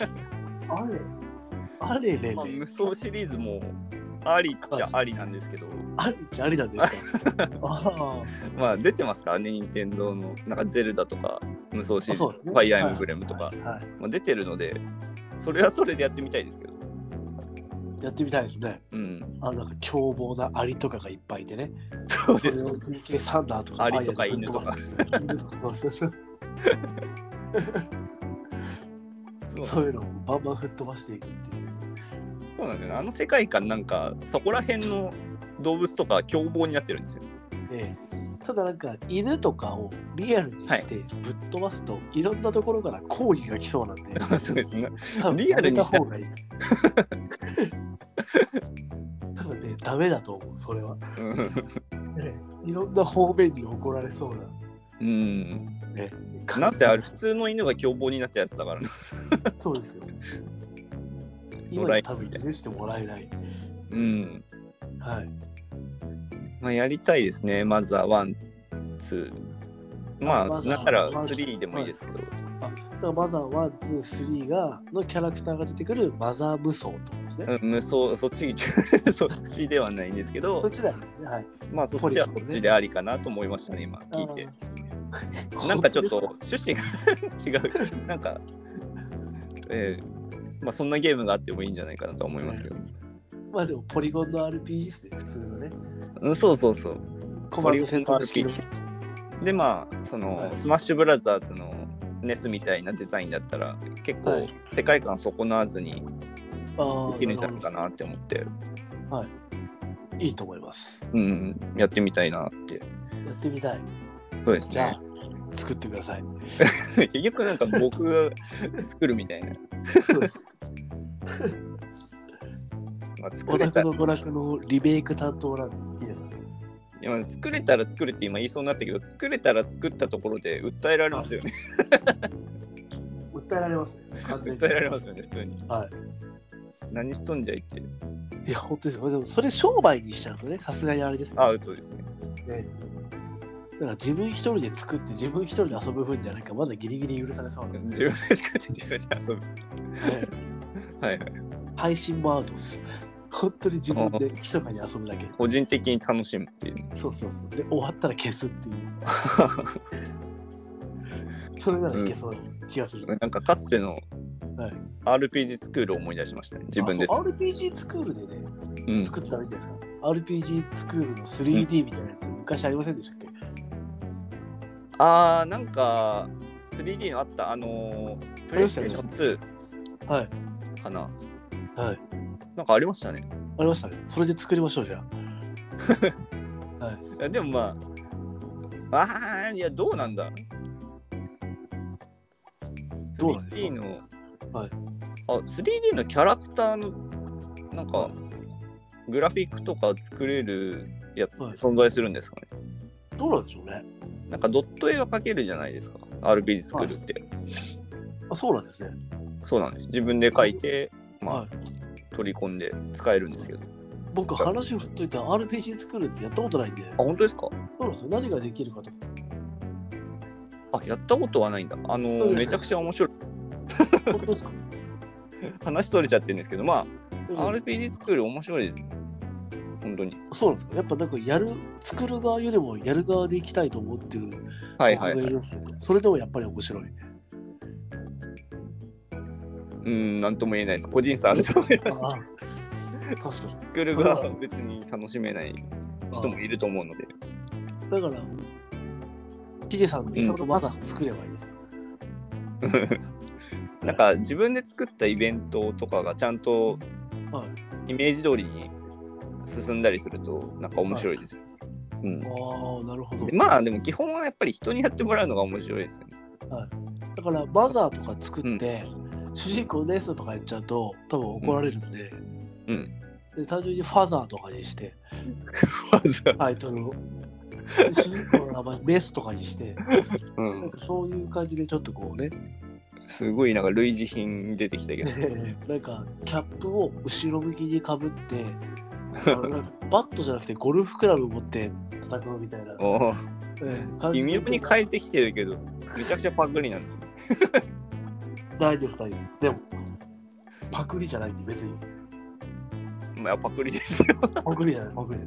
Speaker 1: あれあれれれ
Speaker 2: まあ、無双シリーズもありっちゃありなんですけど、
Speaker 1: ありっちゃありなんです
Speaker 2: <laughs>
Speaker 1: かああ
Speaker 2: まあ出てますからね、任天堂のなんかゼルダとか無双シリーズ、
Speaker 1: そうですね
Speaker 2: ファイアーエムブレムとか、
Speaker 1: はいはいはい
Speaker 2: まあ、出てるので、それはそれでやってみたいですけど、
Speaker 1: やってみたいですね
Speaker 2: うん、
Speaker 1: あのなんか凶暴なアリとかがいっぱいいてね
Speaker 2: そうです
Speaker 1: れを PK サンダーとか
Speaker 2: アリとか
Speaker 1: ファイヤーぶっ飛ばす犬とかそうそうそう
Speaker 2: そう
Speaker 1: そういうのをバンバン吹っ飛ばしていくっていう
Speaker 2: そうなんだよね、あの世界観なんか、そこら辺の動物とか凶暴になってるんですよ。 <laughs>
Speaker 1: ええただなんか犬とかをリアルにしてぶっ飛ばすと、い、ろんなところから抗議が来そうなんで
Speaker 2: <laughs> そうですね。
Speaker 1: 多分
Speaker 2: リアルに
Speaker 1: や
Speaker 2: し
Speaker 1: めた
Speaker 2: た
Speaker 1: 方がいい多分ねダメだと思うそれは
Speaker 2: うん
Speaker 1: いろんな方面に怒られそうな。
Speaker 2: うん。
Speaker 1: ね、
Speaker 2: なぜある普通の犬が凶暴になったやつだからな。
Speaker 1: そうですよ。
Speaker 2: ド
Speaker 1: 今
Speaker 2: ラ
Speaker 1: は
Speaker 2: イ
Speaker 1: 多分許してもらえない。
Speaker 2: うん。
Speaker 1: はい。
Speaker 2: まあ、やりたいですね、まずはワン、ツー。まあ、
Speaker 1: まずは
Speaker 2: なんなら
Speaker 1: まず
Speaker 2: スリーでもいいですけど。
Speaker 1: だからマザー1、2、3がのキャラクターが出てくるマザー無双ってことですね。
Speaker 2: うん、無双そっち <laughs> そっちではないんですけ
Speaker 1: そ
Speaker 2: ど
Speaker 1: っ、ちだよね。はい。
Speaker 2: まあそっちはそっちでありかなと思いましたね、今聞いて。
Speaker 1: あー
Speaker 2: なんかちょっと
Speaker 1: 本
Speaker 2: 趣旨が <laughs> 違う、なんか、えーまあそんなゲームがあってもいいんじゃないかなとは思いますけど。
Speaker 1: 当ですかまあでもポリゴンの RPG ですね、普通のね。
Speaker 2: うん、そうそうそう。
Speaker 1: コマンド戦闘式の
Speaker 2: ポリ。で、まあ、その、
Speaker 1: はい
Speaker 2: スマッシュブラザーズのネスみたいなデザインだったら、結
Speaker 1: は
Speaker 2: 構
Speaker 1: い
Speaker 2: 世界観損なわずに
Speaker 1: あ
Speaker 2: できるんじゃないか
Speaker 1: あ
Speaker 2: なって思って、
Speaker 1: いいと思います。
Speaker 2: うん、やってみたいなって。
Speaker 1: やってみたい。
Speaker 2: そうです
Speaker 1: じゃ
Speaker 2: ね
Speaker 1: あ。、作ってください。
Speaker 2: <laughs> 結局なんか僕が作るみたいな。
Speaker 1: そうです。
Speaker 2: まあ、作
Speaker 1: お
Speaker 2: れた
Speaker 1: 宅の娯楽のリメイク担当なんで、いいですね
Speaker 2: 今作れたら作るって今言いそうになったけど作れたら作ったところで訴えられますよね
Speaker 1: 訴えられますね。完全に
Speaker 2: 訴えられますよね普通に
Speaker 1: は
Speaker 2: 何しとんじゃいって
Speaker 1: い。いや、本当ですよ。でも、それ商売にしちゃうとね、さすがにあれですね。
Speaker 2: アウトですね
Speaker 1: ねだから自分一人で作って自分一人で遊ぶ分じゃないかまだギリギリ許されそうなんで、
Speaker 2: 自分で作って自分で遊ぶはいはい
Speaker 1: 配信もアウトです本当に自分で密かに遊ぶだけ
Speaker 2: 個人的に楽しむっていうね <laughs>
Speaker 1: そうそうそうで終わったら消すっていうそれならいけそうな気がする。
Speaker 2: なんかかつての
Speaker 1: はい
Speaker 2: RPG スクールを思い出しましたね、自分で。
Speaker 1: あそう RPG スクールでね、
Speaker 2: うん
Speaker 1: 作ったらいいんじゃないですか。RPG スクールの 3D みたいなやつ、昔ありませんでしたっけ
Speaker 2: あー、なんか 3D のあった、あのー、プレイステーション
Speaker 1: はい。
Speaker 2: 2かな。
Speaker 1: はい。
Speaker 2: なんかありましたね。
Speaker 1: ありましたね。それで作りましょう、じゃ
Speaker 2: いやでもまあ、ああ、いや、どうなんだ
Speaker 1: どうなんですか
Speaker 2: ?3D の、
Speaker 1: はい
Speaker 2: あ、3D のキャラクターの、なんか、グラフィックとか作れるやつ
Speaker 1: はい
Speaker 2: 存在するんですかね、
Speaker 1: あ。どうなんでしょうね。
Speaker 2: なんかドット絵は描けるじゃないですか、RPG 作るって。
Speaker 1: あそうなんですね。
Speaker 2: そうなんです。自分で描いて、まあ、
Speaker 1: はい
Speaker 2: 取り込んで使えるんですけど。
Speaker 1: 僕、話を振っといた RPG スクールってやったことないんで、
Speaker 2: あ、本当ですか
Speaker 1: そうなんですよ。何ができるかと。
Speaker 2: あ、やったことはないんだ。あの
Speaker 1: う
Speaker 2: ー、
Speaker 1: ん
Speaker 2: めちゃくちゃ面白い。
Speaker 1: 本当です
Speaker 2: <laughs>
Speaker 1: か、
Speaker 2: 話取れちゃってるんですけど、ま
Speaker 1: うん
Speaker 2: あ、RPG 作る面白いです。本当に。
Speaker 1: そうなんですか。やっぱなんかやる、作る側よりもやる側でいきたいと思ってる
Speaker 2: はいはい、はい
Speaker 1: 僕が。ますけどそれでもやっぱり面
Speaker 2: <laughs>
Speaker 1: 白い。
Speaker 2: うん、なんとも言えないです。個人差あると思います。
Speaker 1: ああ確かに。
Speaker 2: 作る側は別に楽しめない人もいると思うので。
Speaker 1: だから、ヒゲさんのその技を作ればいいですよ。
Speaker 2: なんか自分で作ったイベントとかがちゃんと
Speaker 1: はい
Speaker 2: イメージ通りに進んだりすると、なんか面白いですよ。うん
Speaker 1: ああ、なるほど
Speaker 2: で。まあでも基本はやっぱり人にやってもらうのが面白いですよね。 <laughs>
Speaker 1: だから、マザーとか作って、主人公ですとか言っちゃうと、多分怒られるんで、
Speaker 2: うん。
Speaker 1: で単純にファザーとかにして、
Speaker 2: まずは
Speaker 1: タイトルを。で主人公の名前、メスとかにして、
Speaker 2: う
Speaker 1: なん
Speaker 2: ん、
Speaker 1: かそういう感じでちょっとこうね、
Speaker 2: すごいなんか類似品出てきたけど。
Speaker 1: <laughs> なんかキャップを後ろ向きにかぶって、あのなんかバットじゃなくてゴルフクラブ持って戦うみたいな。
Speaker 2: おー
Speaker 1: ええ感じ
Speaker 2: 微
Speaker 1: で
Speaker 2: 妙に変えてきてるけど、めちゃくちゃパクリなんですよ。
Speaker 1: 大丈夫です、大丈夫です。でも、パクリじゃないんで、別に。
Speaker 2: まあパクリですよ。
Speaker 1: パクリじゃない、パクリじ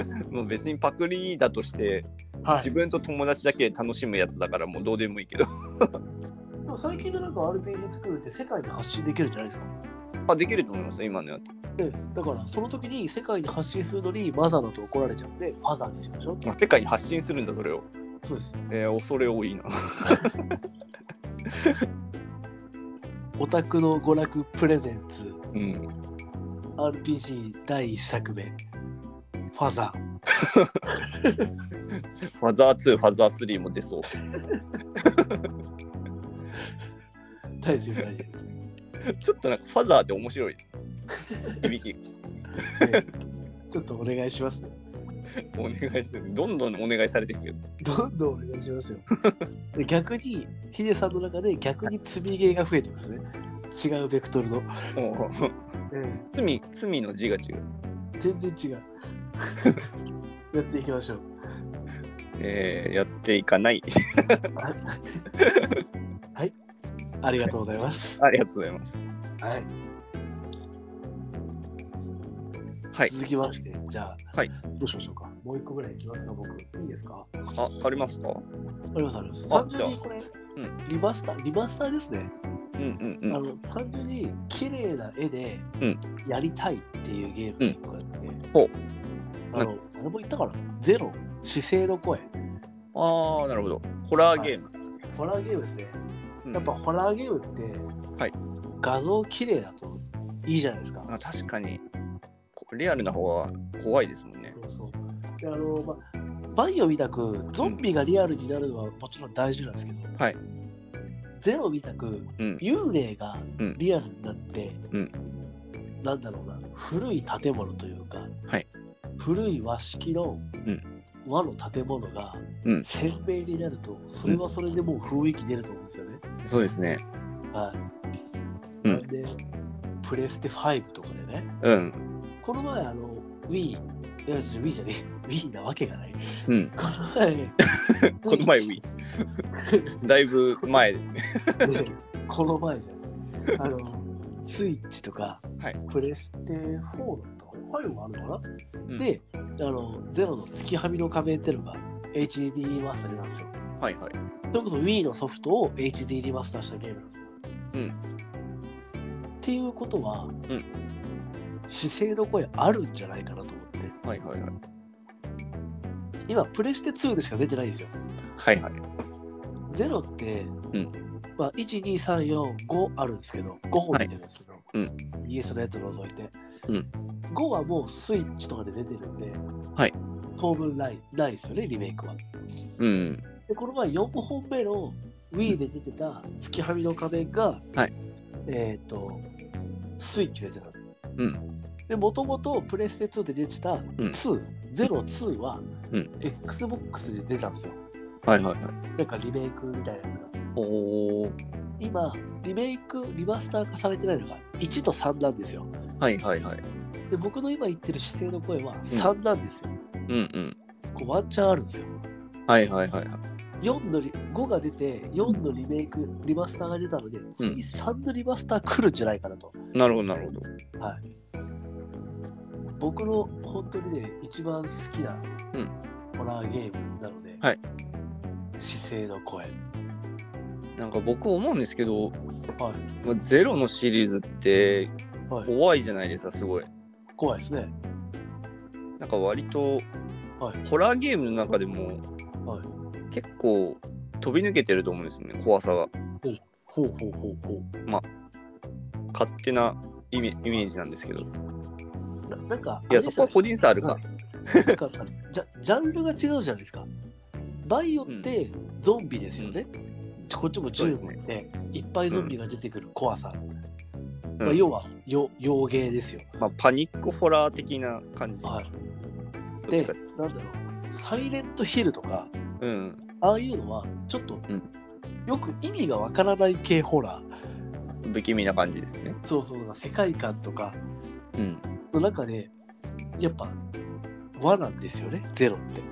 Speaker 1: ゃない。
Speaker 2: もう別にパクリだとして、
Speaker 1: は
Speaker 2: 自
Speaker 1: い。
Speaker 2: 分と友達だけで楽しむやつだからもうどうでもいいけど <laughs>
Speaker 1: でも最近のなんか RPG 作るって世界に発信できるじゃないですか。
Speaker 2: あできると思いますよ今のやつ
Speaker 1: でだから、その時に世界に発信するのにマザーだと怒られちゃうんで、ファザーにしましょう。
Speaker 2: あ世界に発信するんだそれを
Speaker 1: そうです。
Speaker 2: えー、恐れ多いな
Speaker 1: オタクの娯楽プレゼンツ、
Speaker 2: うん
Speaker 1: RPG 第1作目、ファザー。
Speaker 2: ファザー2ファザー3も出そう <laughs>
Speaker 1: 大丈夫、大丈
Speaker 2: ちょっとなんかファザーって面白い <laughs> です響き
Speaker 1: <laughs> 夫。ねちょっとお願いします。
Speaker 2: お願いするどんどんお願いされていくけど
Speaker 1: どんどんお願いしますよ。で逆に、ヒデさんの中で逆に積みゲーが増えてますね。違うベクトルの。
Speaker 2: おー <laughs> 罪罪の字が違う
Speaker 1: 全然違 <laughs> う。やっていきましょう。
Speaker 2: えー、やっていかない <laughs>
Speaker 1: ありがとうございます。
Speaker 2: ありがとうございます
Speaker 1: はい。
Speaker 2: はい
Speaker 1: 続きまして、じゃあ、
Speaker 2: はい
Speaker 1: どうしましょうか。もう一個ぐらいいきますか、僕。いいですかあ
Speaker 2: あありますか
Speaker 1: ります、あります。
Speaker 2: あ
Speaker 1: 単純にこれ、
Speaker 2: じゃあ
Speaker 1: リマスター、リマスターですね。
Speaker 2: うんうんうん
Speaker 1: あ
Speaker 2: は
Speaker 1: の単純に綺麗な絵で
Speaker 2: うん
Speaker 1: やりたいっていうゲームがあって、
Speaker 2: ほう
Speaker 1: あのあれも言ったからゼロ姿勢の声
Speaker 2: ああなるほどホラーゲーム、
Speaker 1: ホラーゲームですね、
Speaker 2: うん
Speaker 1: やっぱホラーゲームって、
Speaker 2: はい
Speaker 1: 画像綺麗だといいじゃないですか、
Speaker 2: あ確かにこリアルな方が怖いですもんね
Speaker 1: そうそうであの、まあ、バイオみたくゾンビがリアルになるのはもちろん大事なんですけど、
Speaker 2: はい
Speaker 1: ゼロみたく
Speaker 2: うん
Speaker 1: 幽霊が
Speaker 2: うん
Speaker 1: リアルになって、
Speaker 2: うん
Speaker 1: なんだろうな古い建物というか、
Speaker 2: はい
Speaker 1: 古い和式の
Speaker 2: うん
Speaker 1: 和の建物が
Speaker 2: うん
Speaker 1: 鮮明になると、それはそれでもう雰囲気出ると思うんですよね。
Speaker 2: そうですね
Speaker 1: はい、
Speaker 2: うん
Speaker 1: なんでプレステ5とかでね
Speaker 2: うん
Speaker 1: この前あの Wii いや Wii じゃねえ <laughs> Wii なわけがない
Speaker 2: うん、
Speaker 1: この前
Speaker 2: <laughs> この前 Wii <laughs> だいぶ前ですね。
Speaker 1: ね <laughs> この前じゃん。あの、スイッチとか、
Speaker 2: はい
Speaker 1: プレステ4だったかな。ファイもあるのかな、
Speaker 2: うん
Speaker 1: で、あの、ゼロの月はみの壁ってのが HDD マスターになんですよ。
Speaker 2: はいはい。
Speaker 1: それこそ Wii のソフトを HD リマスターしたゲームなんですよ。
Speaker 2: うん
Speaker 1: っていうことは、
Speaker 2: ん
Speaker 1: 姿勢の声あるんじゃないかなと思って
Speaker 2: はいはいはい。
Speaker 1: 今プレステ2でしか出てないんですよ
Speaker 2: はいはい。
Speaker 1: 0って、
Speaker 2: うん
Speaker 1: まあ、12345あるんですけど5本出てるんですけど、
Speaker 2: う
Speaker 1: ES のやつを除いて、
Speaker 2: うん
Speaker 1: 5はもうスイッチとかで出てるんで、
Speaker 2: はい
Speaker 1: 当分ないないですよねリメイクは
Speaker 2: うん。
Speaker 1: でこの前4本目の Wii で出てた月はみの仮面が、
Speaker 2: はい
Speaker 1: えっ、とスイッチで出てた
Speaker 2: うん。
Speaker 1: で、もともとプレステ2で出てた2、02は、
Speaker 2: うん
Speaker 1: Xbox で出たんですよ。
Speaker 2: はいはいはい。
Speaker 1: なんかリメイクみたいなやつが。
Speaker 2: おー。
Speaker 1: 今、リメイク、リマスター化されてないのが1と3なんですよ。
Speaker 2: はいはいはい。
Speaker 1: で、僕の今言ってる姿勢の声は3なんですよ。
Speaker 2: うんうん。
Speaker 1: こうワンチャンあるんですよ。
Speaker 2: はいはいはいはい。
Speaker 1: 4のリ5が出て、4のリメイク、リマスターが出たので、次3のリマスター来るんじゃないかなと。
Speaker 2: なるほどなるほど。
Speaker 1: 僕の本当にね、一番好きな
Speaker 2: うん
Speaker 1: ホラーゲームなので、
Speaker 2: はい
Speaker 1: 姿勢の声。
Speaker 2: なんか僕思うんですけど、
Speaker 1: はい。
Speaker 2: まあ、ゼロのシリーズって
Speaker 1: はい
Speaker 2: 怖いじゃないですか、すごい。
Speaker 1: 怖いですね。
Speaker 2: なんか割と、
Speaker 1: はい
Speaker 2: ホラーゲームの中でも
Speaker 1: はい。
Speaker 2: 結構飛び抜けてると思うんですよね、怖さが。
Speaker 1: ほうほうほうほ
Speaker 2: 勝手なイメイメージなんですけど。
Speaker 1: う。ななんか、
Speaker 2: いや、そこは個人差あるか。
Speaker 1: あれですよねなんかジャジャンルが違うじゃないですか。バイオってゾンビですよね。こっちも銃持って、いっぱいゾンビが出てくる怖さ。
Speaker 2: うん
Speaker 1: まあ、要は、よ洋芸ですよ。
Speaker 2: まあ、パニックホラー的な感じ。
Speaker 1: はい。
Speaker 2: どっ
Speaker 1: で
Speaker 2: ちか、
Speaker 1: なんだろう、サイレントヒルとか、
Speaker 2: うん。
Speaker 1: ああいうのは、ちょっと、
Speaker 2: ん
Speaker 1: よく意味がわからない系ホラー。
Speaker 2: 不気味な感じですよね。
Speaker 1: そうそう、なんか世界観とか
Speaker 2: うん。
Speaker 1: の中で、やっぱ、和なんですよね、ゼロって。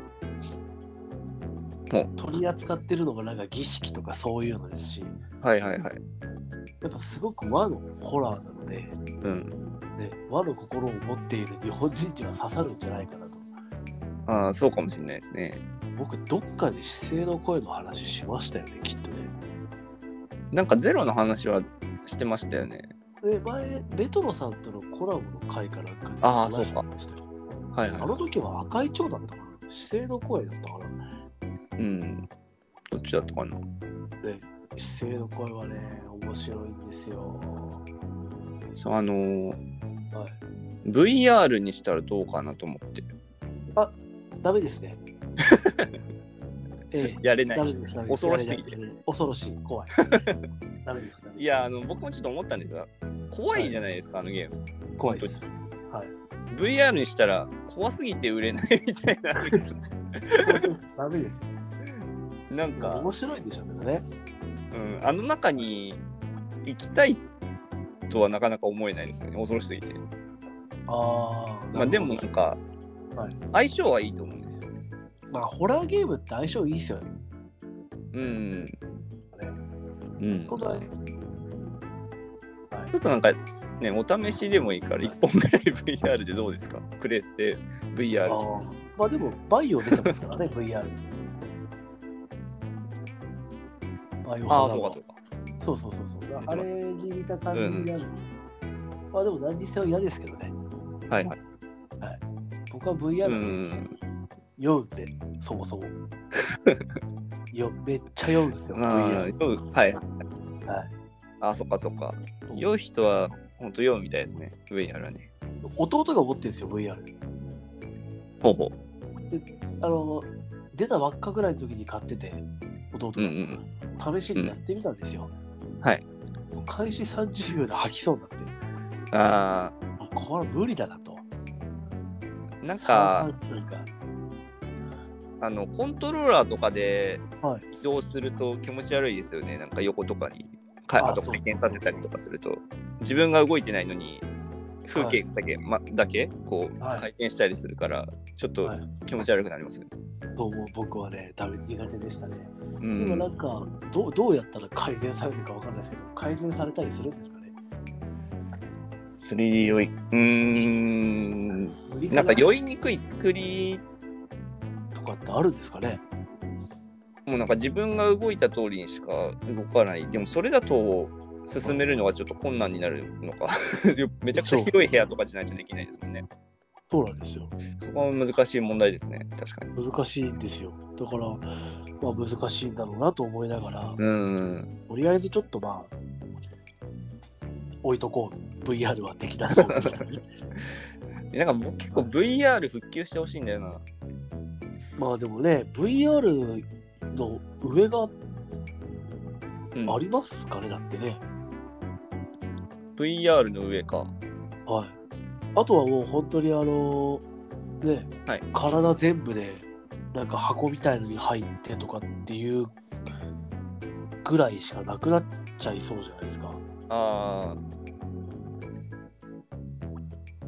Speaker 2: も
Speaker 1: 取り扱ってるのもなんか儀式とかそういうのですし
Speaker 2: う。はいはいはい。
Speaker 1: やっぱすごく和のホラーなので、
Speaker 2: うん。
Speaker 1: ね、和の心を持っている日本人には刺さるんじゃないかなと
Speaker 2: ああ、そうかもしれないですね。
Speaker 1: 僕どっかで姿勢の声の話しましたよねきっとね
Speaker 2: なんかゼロの話はしてましたよね。
Speaker 1: で前レトロさんとのコラボの回かなんかで
Speaker 2: あーそう
Speaker 1: 話
Speaker 2: か
Speaker 1: したよ
Speaker 2: はい
Speaker 1: あ
Speaker 2: は。
Speaker 1: の時は赤い蝶だったかな姿勢の声だったかない
Speaker 2: うん。どっちだったかな。
Speaker 1: 姿勢の声はね面白いんですよ
Speaker 2: そうあのー
Speaker 1: はい
Speaker 2: VR にしたらどうかなと思って。
Speaker 1: ダメですね
Speaker 2: <laughs>
Speaker 1: ええ
Speaker 2: やれな
Speaker 1: ダメ
Speaker 2: い。
Speaker 1: ですダメです
Speaker 2: 恐ろしすぎて
Speaker 1: やれない恐ろしい怖
Speaker 2: <laughs>
Speaker 1: いダメですダメです
Speaker 2: いや、あの、僕もちょっと思ったんですが、怖いじゃないですか、あのゲーム。
Speaker 1: 怖いです。
Speaker 2: VR にしたら怖すぎて売れないみたいな。 <laughs>
Speaker 1: <laughs> ダメです。
Speaker 2: なんか、
Speaker 1: 面白いでしょうけどね。
Speaker 2: うん、あの中に行きたいとはなかなか思えないですよね。恐ろしすぎて。
Speaker 1: ああ。
Speaker 2: まあでも
Speaker 1: な
Speaker 2: な
Speaker 1: る
Speaker 2: んか、
Speaker 1: はい
Speaker 2: 相性はいいと思うんですよ。
Speaker 1: ほどまあホラーゲームって相性いいですよね。
Speaker 2: うん。うん、ち
Speaker 1: こ
Speaker 2: ょ
Speaker 1: のはい。
Speaker 2: っとなんかね、お試しでもいいから、1本ぐらい VR でどうですかプレスで
Speaker 1: あ
Speaker 2: VR。
Speaker 1: ーまあでもバイオ出てますからね <laughs> VR。バイオ
Speaker 2: あ
Speaker 1: ハ
Speaker 2: あ、
Speaker 1: ザード
Speaker 2: そうかそうか。
Speaker 1: そうそうそうそう
Speaker 2: 出てます
Speaker 1: あれに似た感じになる。まあでも何にせよ嫌ですけどね。
Speaker 2: はいはい。
Speaker 1: 僕は
Speaker 2: う
Speaker 1: VR
Speaker 2: ん。
Speaker 1: 酔うんで、そもそ <laughs> も。よめっちゃ酔うんですよ、
Speaker 2: まあ、
Speaker 1: VR。
Speaker 2: 酔う。はい。
Speaker 1: はい
Speaker 2: ああ、そっかそっか。酔う人は、ほんと酔うみたいですね。VR はね。
Speaker 1: 弟が持ってるんですよ VR
Speaker 2: ほうほ
Speaker 1: あの出たばっかぐらいの時に買ってて弟が、
Speaker 2: うんうん
Speaker 1: 試しにやってみたんですよ、
Speaker 2: はい
Speaker 1: もう開始30秒で吐きそうになって
Speaker 2: う。あ
Speaker 1: これは無理だなと
Speaker 2: あ、なんか、
Speaker 1: 三半規
Speaker 2: あの、コントローラーとかで
Speaker 1: は
Speaker 2: 移動すると気持ち悪いですよね。なんか横とかに。か
Speaker 1: あ
Speaker 2: あと
Speaker 1: そう
Speaker 2: 回転させたりとかすると。自分が動いてないのに、風景だけ、ま、だけ、こう、
Speaker 1: はい
Speaker 2: 回転したりするから、ちょっと
Speaker 1: はい
Speaker 2: 気持ち悪くなりますよね。
Speaker 1: と思う僕はねダメ苦手でしたね、
Speaker 2: う。
Speaker 1: でもなんんかどうどうやったら改善されるかわかんないですけど改善されたりするんですかね
Speaker 2: 3D 酔い。うーん。
Speaker 1: 無理
Speaker 2: なんか酔
Speaker 1: い
Speaker 2: いにくい作り
Speaker 1: とかってあるんですかね
Speaker 2: もうなんか自分が動いた通りにしか動かない。でもそれだと進めるのはちょっと困難になるのか。 <laughs> めちゃくちゃ広い部屋とかじゃないとできないですもんね。
Speaker 1: そうなんですよ。
Speaker 2: そこは難しい問題ですね。確かに。
Speaker 1: 難しいんですよ。だから、まあ難しいんだろうなと思いながら、
Speaker 2: うん。
Speaker 1: とりあえずちょっとまあ、置いとこう。VR はできなそう
Speaker 2: <laughs>
Speaker 1: みたいなね
Speaker 2: なんかもう結構 VR 復旧してほしいんだよな。
Speaker 1: まあでもね、VR の上が
Speaker 2: うん、
Speaker 1: ありますかね、だってね。
Speaker 2: VR の上か。
Speaker 1: はい。あとはもう本当にあの、ね、
Speaker 2: はい
Speaker 1: 体全部で、なんか箱みたいのに入ってとかっていうぐらいしかなくなっちゃいそうじゃないですか。
Speaker 2: あ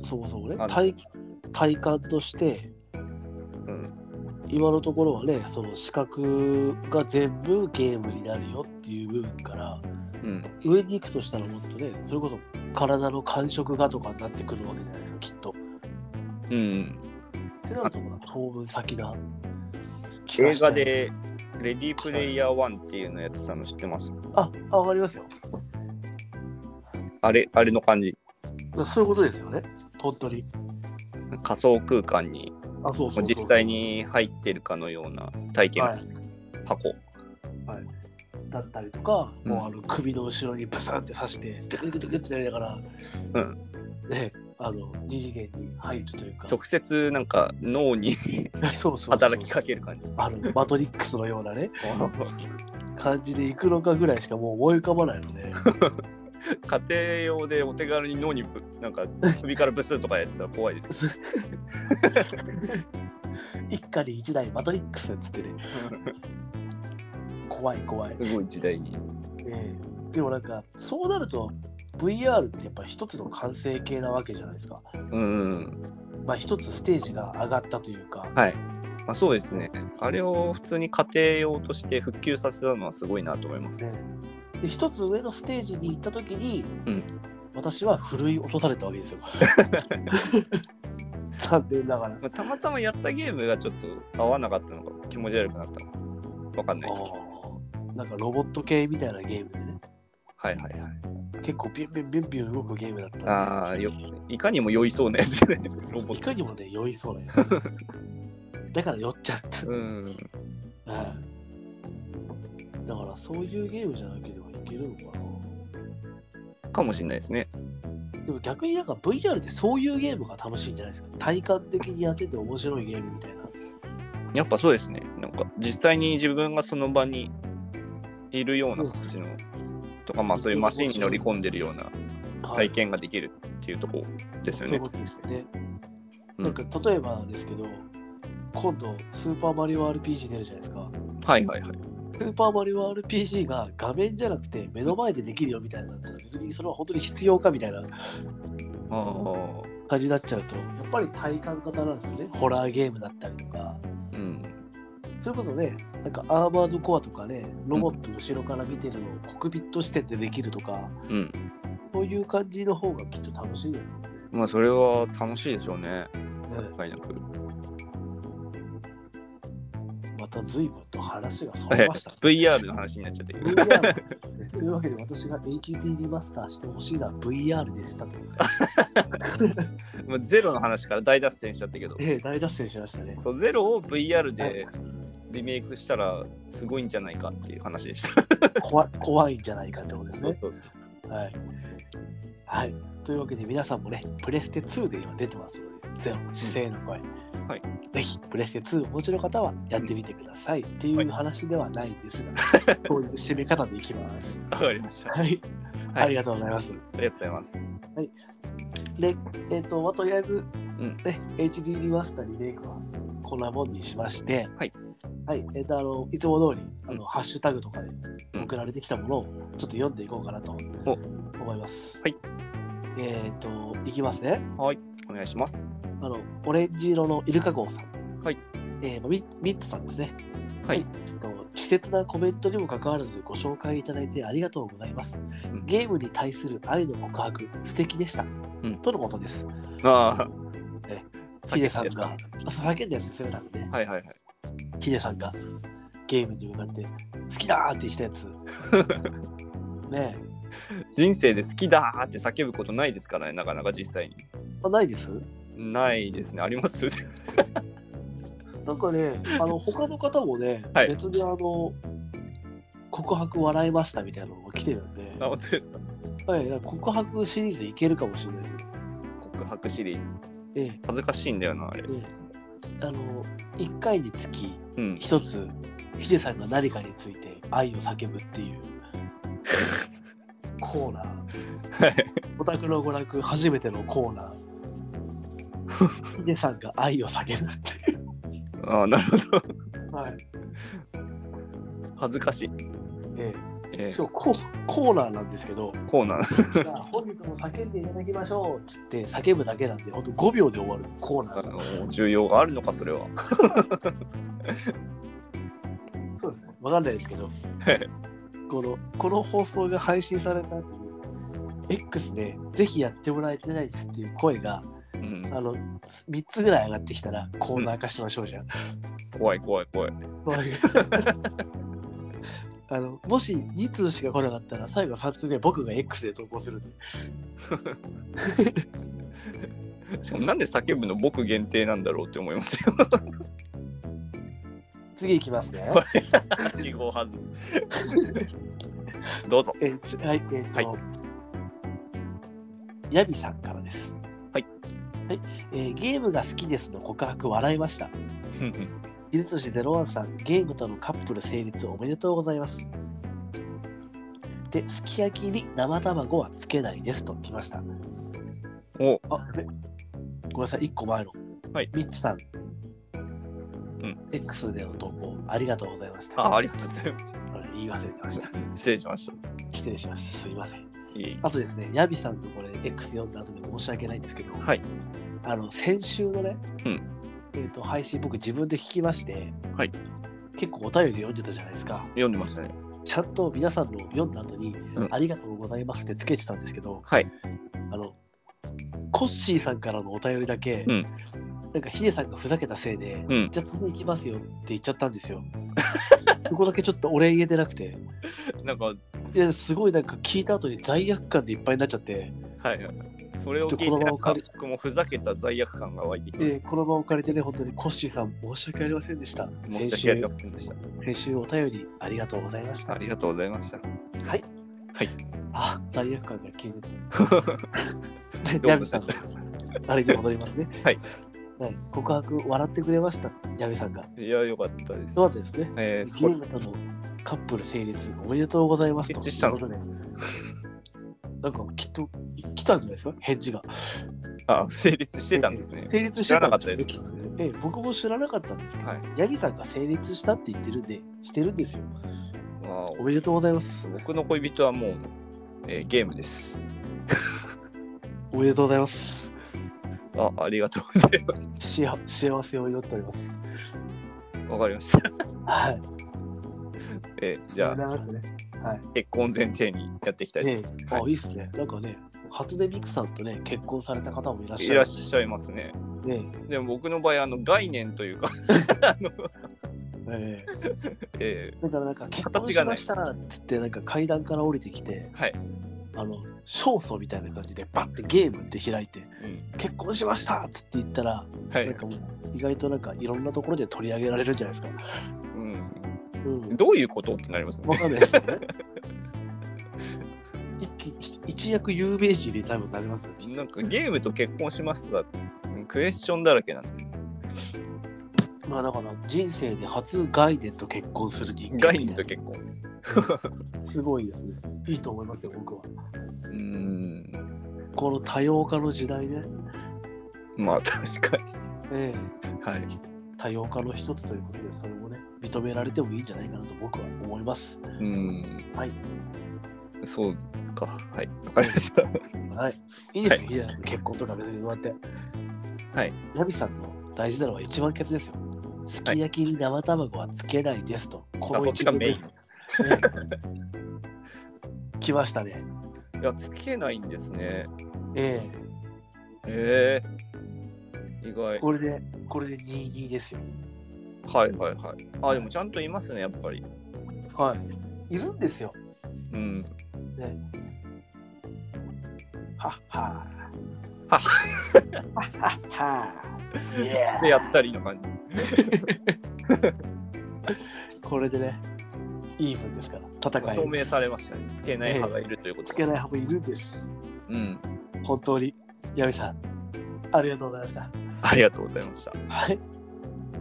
Speaker 1: そもそもね
Speaker 2: あの
Speaker 1: 体体感として
Speaker 2: あ、うん。
Speaker 1: 今のところはねその視覚が全部ゲームになるよっていう部分から
Speaker 2: うん。
Speaker 1: 上に行くとしたらもっとねそれこそ体の感触がとかになってくるわけじゃないですかきっと。
Speaker 2: うん。
Speaker 1: ってなるとまあ当分先な気が
Speaker 2: 映
Speaker 1: しちゃ
Speaker 2: 画
Speaker 1: います
Speaker 2: で、レディープレイヤー1っていうのやってたの知ってます
Speaker 1: ああわかりますよ
Speaker 2: あれ、あれの感じ。
Speaker 1: そういうことですよね本当に
Speaker 2: 仮想空間に
Speaker 1: あそうそうそう
Speaker 2: 実際に入ってるかのような体験
Speaker 1: はい
Speaker 2: 箱。
Speaker 1: だったりとか、
Speaker 2: うん
Speaker 1: もうあの首の後ろにブサンって刺してドクドクドクってなりながら、
Speaker 2: う
Speaker 1: ねあの二次元に入るというか
Speaker 2: 直接なんか脳に
Speaker 1: <laughs> そうそうそう
Speaker 2: 働きかけ
Speaker 1: <laughs>
Speaker 2: る感じ。
Speaker 1: あのマトリックスのようなね感じでいくのかぐらいしかもう思い浮かばないの
Speaker 2: <laughs>
Speaker 1: で
Speaker 2: 家庭用でお手軽に脳にぶなんか首からブスッとかやってたら怖いです
Speaker 1: <laughs> 一家に一台マトリックスっつってね怖い怖い、
Speaker 2: すごい時代に。
Speaker 1: ええでもなんかそうなると VR ってやっぱ一つの完成形なわけじゃないですか
Speaker 2: うんうん。
Speaker 1: まあ一つステージが上がったというか、
Speaker 2: はい。まあ、そうですね。あれを普通に家庭用として復旧させたのはすごいなと思います。
Speaker 1: ね、で一つ上のステージに行った時に、
Speaker 2: うん
Speaker 1: 私はふるい落とされたわけ
Speaker 2: <laughs>
Speaker 1: ですよ <laughs> 残念ながら
Speaker 2: まあ、たまたまやったゲームがちょっと合わなかったのか気持ち悪くなったのかわかんないけど。
Speaker 1: あーなんかロボット系みたいなゲームでね
Speaker 2: はいはいはい。
Speaker 1: 結構ビュンビュンビュンビュン動くゲームだったんで
Speaker 2: ああ、よいかにも酔いそうなやつじゃないですかロボッ
Speaker 1: い
Speaker 2: ト
Speaker 1: かにもね酔いそうなや
Speaker 2: <laughs>
Speaker 1: つだから酔っちゃった、
Speaker 2: うん。
Speaker 1: はいだからそういうゲームじゃなければいけるのか
Speaker 2: かもしれないですね。
Speaker 1: なでも逆になんか VR ってそういうゲームが楽しいんじゃないですか体感的にやってて面白いゲームみたいな
Speaker 2: やっぱそうですね。なんか実際に自分がその場にいるような感じのとか、まあそういうマシンに乗り込んでるような
Speaker 1: はい
Speaker 2: 体験ができるっていうとこですよ
Speaker 1: そうい
Speaker 2: ね
Speaker 1: う。ことですよね。
Speaker 2: うん
Speaker 1: なんか例えばなんですけど、今度、スーパーマリオ RPG 出るじゃないですか。
Speaker 2: はいはいはい。
Speaker 1: スーパーマリオ RPG が画面じゃなくて目の前でできるよみたいなのだったら、別にそれは本当に必要かみたいな
Speaker 2: ああ。
Speaker 1: 感じになっちゃうと、やっぱり体感型なんですよね。ホラーゲームだったりとか。
Speaker 2: うん。
Speaker 1: それこそね、なんかアーマードコアとかね、ロボット後ろから見てるのをコクピット視点でできるとか、
Speaker 2: うん。
Speaker 1: そういう感じの方がきっと楽しいですよね。
Speaker 2: まあそれは楽しいでしょうね。
Speaker 1: ね
Speaker 2: 間違いなく。
Speaker 1: また随分と話がそれましたね
Speaker 2: VR の話になっちゃって。
Speaker 1: VR というわけで私が AQT リマスターしてほしいのは VR でしたと。
Speaker 2: まあゼロの話から大脱線しちゃったけど。
Speaker 1: ええ、大脱線しましたね。
Speaker 2: そうゼロを VR
Speaker 1: はい
Speaker 2: でリメイクしたらすごいんじゃないかっていう話でした。
Speaker 1: 怖い怖いんじゃないかってことですね。
Speaker 2: そうそう
Speaker 1: はい。はい。というわけで皆さんもね、プレステ2で今出てますので、ゼロ、姿勢の声。
Speaker 2: はい
Speaker 1: ぜひ、プレステ2お持ちの方はやってみてください。っていう話ではないんですが、
Speaker 2: <laughs>
Speaker 1: こういう締め方でいきます。
Speaker 2: わかりました。
Speaker 1: はい。
Speaker 2: はい
Speaker 1: ありがとうございます。
Speaker 2: ありがとうございます。
Speaker 1: で、えっ、と、まあ、とりあえず、
Speaker 2: ん
Speaker 1: ね、HD リマスターリメイクはこんなもんにしまして、
Speaker 2: はい。
Speaker 1: はい、えっ、と、あの、いつも通り、あの、
Speaker 2: うん
Speaker 1: ハッシュタグとかで
Speaker 2: うん
Speaker 1: 送られてきたものを、ちょっと読んでいこうかなと
Speaker 2: お
Speaker 1: 思います。
Speaker 2: はい。
Speaker 1: えっ、と、いきますね。
Speaker 2: お願いします。
Speaker 1: あの、オレンジ色のイルカ号さん。
Speaker 2: はい。
Speaker 1: えー、まあミミッツさんですね。
Speaker 2: はい
Speaker 1: えっと稚拙なコメントにもかかわらずご紹介いただいてありがとうございます。
Speaker 2: ん
Speaker 1: ゲームに対する愛の告白、素敵でした。
Speaker 2: うん
Speaker 1: とのことです。
Speaker 2: ああ。
Speaker 1: ヒデさんが、あ叫んだやつですよね、多分ね。
Speaker 2: はいはいはい。
Speaker 1: ヒデさんが、ゲームに向かって好きだーってしたやつ
Speaker 2: <laughs>
Speaker 1: ねえ
Speaker 2: 人生で好きだーって叫ぶことないですからね、なかなか実際に。
Speaker 1: あないです
Speaker 2: ないですね、あり <laughs> ます
Speaker 1: なんかねあの他の方もね、
Speaker 2: <laughs> はい
Speaker 1: 別にあの告白笑いましたみたいなのが来てるんで、
Speaker 2: あ本当ですか
Speaker 1: はい、告白シリーズいけるかもしれないですね
Speaker 2: 告白シリーズ。
Speaker 1: ええ
Speaker 2: 恥ずかしいんだよな、あれ。
Speaker 1: ええあの1回につき
Speaker 2: うん。
Speaker 1: 一つヒデさんが何かについて愛を叫ぶって
Speaker 2: <laughs>
Speaker 1: いうコーナー
Speaker 2: はい
Speaker 1: オタクの娯楽初めてのコーナーヒデさんが愛を叫ぶってい
Speaker 2: ああ、なるほど。
Speaker 1: う、はい
Speaker 2: 恥ずかしい。
Speaker 1: え
Speaker 2: え
Speaker 1: え、
Speaker 2: ー
Speaker 1: そうコーコーナーなんですけど
Speaker 2: コーナー。
Speaker 1: じゃあ本日も叫んでいただきましょうっつって叫ぶだけなんでほんと5秒で終わるコーナ
Speaker 2: あ
Speaker 1: ー
Speaker 2: の重要があるのか、それは。 <laughs>
Speaker 1: そうですね分かんないですけど
Speaker 2: はい
Speaker 1: このこの放送が配信された後に X でぜひやってもらえてないですっていう声が
Speaker 2: うん
Speaker 1: あの3つぐらい上がってきたらコーナー化しましょうじゃん。
Speaker 2: 怖い怖い怖い。
Speaker 1: そう <laughs> いうあのもし2通しか来なかったら最後3通目僕が X で投稿するんで
Speaker 2: しかもなんで叫ぶの僕限定なんだろうって思いますよ。
Speaker 1: 次いきますね。
Speaker 2: 8号外す。 <laughs> どうぞ。 <laughs>
Speaker 1: えーつはい、えっ、と、
Speaker 2: は
Speaker 1: ヤビさんからです。
Speaker 2: はい。
Speaker 1: はい、えーゲームが好きですの告白笑いました。秀俊ゼロワンさん、ゲームとのカップル成立おめでとうございます。で、すき焼きに生卵はつけないですと来ました。
Speaker 2: お
Speaker 1: あ、やべごめんなさい、1個前の。
Speaker 2: はい
Speaker 1: ミッツさん。
Speaker 2: ん
Speaker 1: X での投稿、ありがとうございました。
Speaker 2: あありがとうございます。
Speaker 1: あ言い忘れてました。
Speaker 2: 失礼しました。
Speaker 1: 失礼しました。すいません。
Speaker 2: いえいえ
Speaker 1: あとですね、ヤビさんとこれ X 読んだ後で申し訳ないんですけど、
Speaker 2: はい。
Speaker 1: あの先週のね、
Speaker 2: うん
Speaker 1: えー、と配信僕自分で聞きまして、
Speaker 2: はい
Speaker 1: 結構お便り読んでたじゃないですか。
Speaker 2: 読んでましたね。
Speaker 1: ちゃんと皆さんの読んだ後に、
Speaker 2: うん
Speaker 1: ありがとうございますってつけてたんですけど、
Speaker 2: はい。
Speaker 1: あのコッシーさんからのお便りだけ、
Speaker 2: うん
Speaker 1: なんかヒデさんがふざけたせいで、
Speaker 2: うん
Speaker 1: じゃあ次行きますよって言っちゃったんですよ。 <laughs> そこだけちょっとお礼言えてなくて、
Speaker 2: なんか、はい
Speaker 1: やすごいなんか聞いた後に罪悪感でいっぱいになっちゃって。
Speaker 2: い。それを
Speaker 1: ちょ
Speaker 2: 聞
Speaker 1: っとこの場を
Speaker 2: い
Speaker 1: 借り
Speaker 2: て、僕もふざけた罪悪感が湧いてきまし
Speaker 1: えーこの場を借りてね、本当にコッシーさん、申し訳ありませんでした。
Speaker 2: た。申
Speaker 1: 先
Speaker 2: し訳あ
Speaker 1: 週
Speaker 2: りま、せんでし。
Speaker 1: 先週お便りありがとうございましたた
Speaker 2: あ。りがとうございました。
Speaker 1: はい。
Speaker 2: はい。
Speaker 1: あ、罪悪感が消えてた。
Speaker 2: <laughs>
Speaker 1: でヤミさん、あれに戻りますね。
Speaker 2: はい。
Speaker 1: はい、告白、笑ってくれました、ヤミさんが。
Speaker 2: いや、よかったです。
Speaker 1: そうですね。
Speaker 2: えー、
Speaker 1: ゲ
Speaker 2: そ
Speaker 1: ームとのカップル成立、おめでとうございますと。
Speaker 2: 一致したの
Speaker 1: ということでなんか、きっと、来たんじゃないですか、返事が。
Speaker 2: あ、成立してたんですね。
Speaker 1: 成立してたんよ
Speaker 2: 知らなかったで
Speaker 1: きっとねええ僕も知らなかったんですけど、
Speaker 2: はい
Speaker 1: ヤギさんが成立したって言ってるんで、してるんですよ。
Speaker 2: まあ
Speaker 1: おめでとうございます。
Speaker 2: 僕の恋人はもう、えーゲームです。
Speaker 1: おめでとうございます。
Speaker 2: あ、ありがとうございます。
Speaker 1: 幸幸せを祈っております。
Speaker 2: わかりました。
Speaker 1: はい。
Speaker 2: えーじゃあ、
Speaker 1: あ。ますね。はい。
Speaker 2: 結婚前提にやっていきたいと思います
Speaker 1: ええ、あ、いいっすね。なんかね、初音ミクさんとね、結婚された方もいらっし
Speaker 2: い
Speaker 1: ゃ
Speaker 2: らっ
Speaker 1: る。
Speaker 2: しゃいますね。
Speaker 1: ね
Speaker 2: でも僕の場合、あの概念というか、 <laughs>
Speaker 1: ええ
Speaker 2: え
Speaker 1: だからなんか結婚しましたって言って、なんか階段から降りてきて、
Speaker 2: ーはい、
Speaker 1: あの、勝訴みたいな感じで、バッてゲームって開いて、
Speaker 2: うん
Speaker 1: 結婚しましたっつって言ったら、
Speaker 2: はい
Speaker 1: なんかもう意外となんかいろんなところで取り上げられるんじゃないですか。
Speaker 2: う。
Speaker 1: うんん。
Speaker 2: どういうことってなります
Speaker 1: わ
Speaker 2: ね。
Speaker 1: かんないですけどね。 <laughs> 一気一躍有名人に多分なりますよね。
Speaker 2: なんかゲームと結婚しましたってクエスチョンだらけなんです。
Speaker 1: まあだから人生で初概念と結婚する人間
Speaker 2: 概
Speaker 1: み
Speaker 2: 念
Speaker 1: た
Speaker 2: と
Speaker 1: い
Speaker 2: 結婚。
Speaker 1: な。すごいですね。いいと思いますよ、僕は。
Speaker 2: うん。
Speaker 1: この多様化の時代ね。
Speaker 2: まあ確かに。
Speaker 1: ええ
Speaker 2: はい。
Speaker 1: 多様化の一つということで、それもね、認められてもいいんじゃないかなと僕は思います。
Speaker 2: うん。
Speaker 1: はい。
Speaker 2: そうか。はい。わかりました。
Speaker 1: はい。いいですよ、ヒデさんの結婚とか別に言われて。
Speaker 2: はい。
Speaker 1: ナビさんの大事なのは一番決ですよ。すき焼きに生卵はつけないですと。この
Speaker 2: そっち
Speaker 1: 一
Speaker 2: が
Speaker 1: 文
Speaker 2: メイン
Speaker 1: です。ね来ましたね。
Speaker 2: いや、つけないんですね。
Speaker 1: え
Speaker 2: ええ意
Speaker 1: え
Speaker 2: 外。
Speaker 1: これで、これで22ですよ。
Speaker 2: はいはいはい。あ、でもちゃんといますね、やっぱり。
Speaker 1: はい。いるんですよ。
Speaker 2: うん。
Speaker 1: はっは
Speaker 2: はっ
Speaker 1: はっはっは。いや
Speaker 2: で、やったりの感じ。
Speaker 1: これでね、イーブンですから、戦
Speaker 2: 透
Speaker 1: い。
Speaker 2: 明されましたね。つけない派がいるということ
Speaker 1: つけない派もいるんです。
Speaker 2: うん。
Speaker 1: 本当に、ヤミさん、ありがとうございました。
Speaker 2: ありがとうございました。
Speaker 1: はい。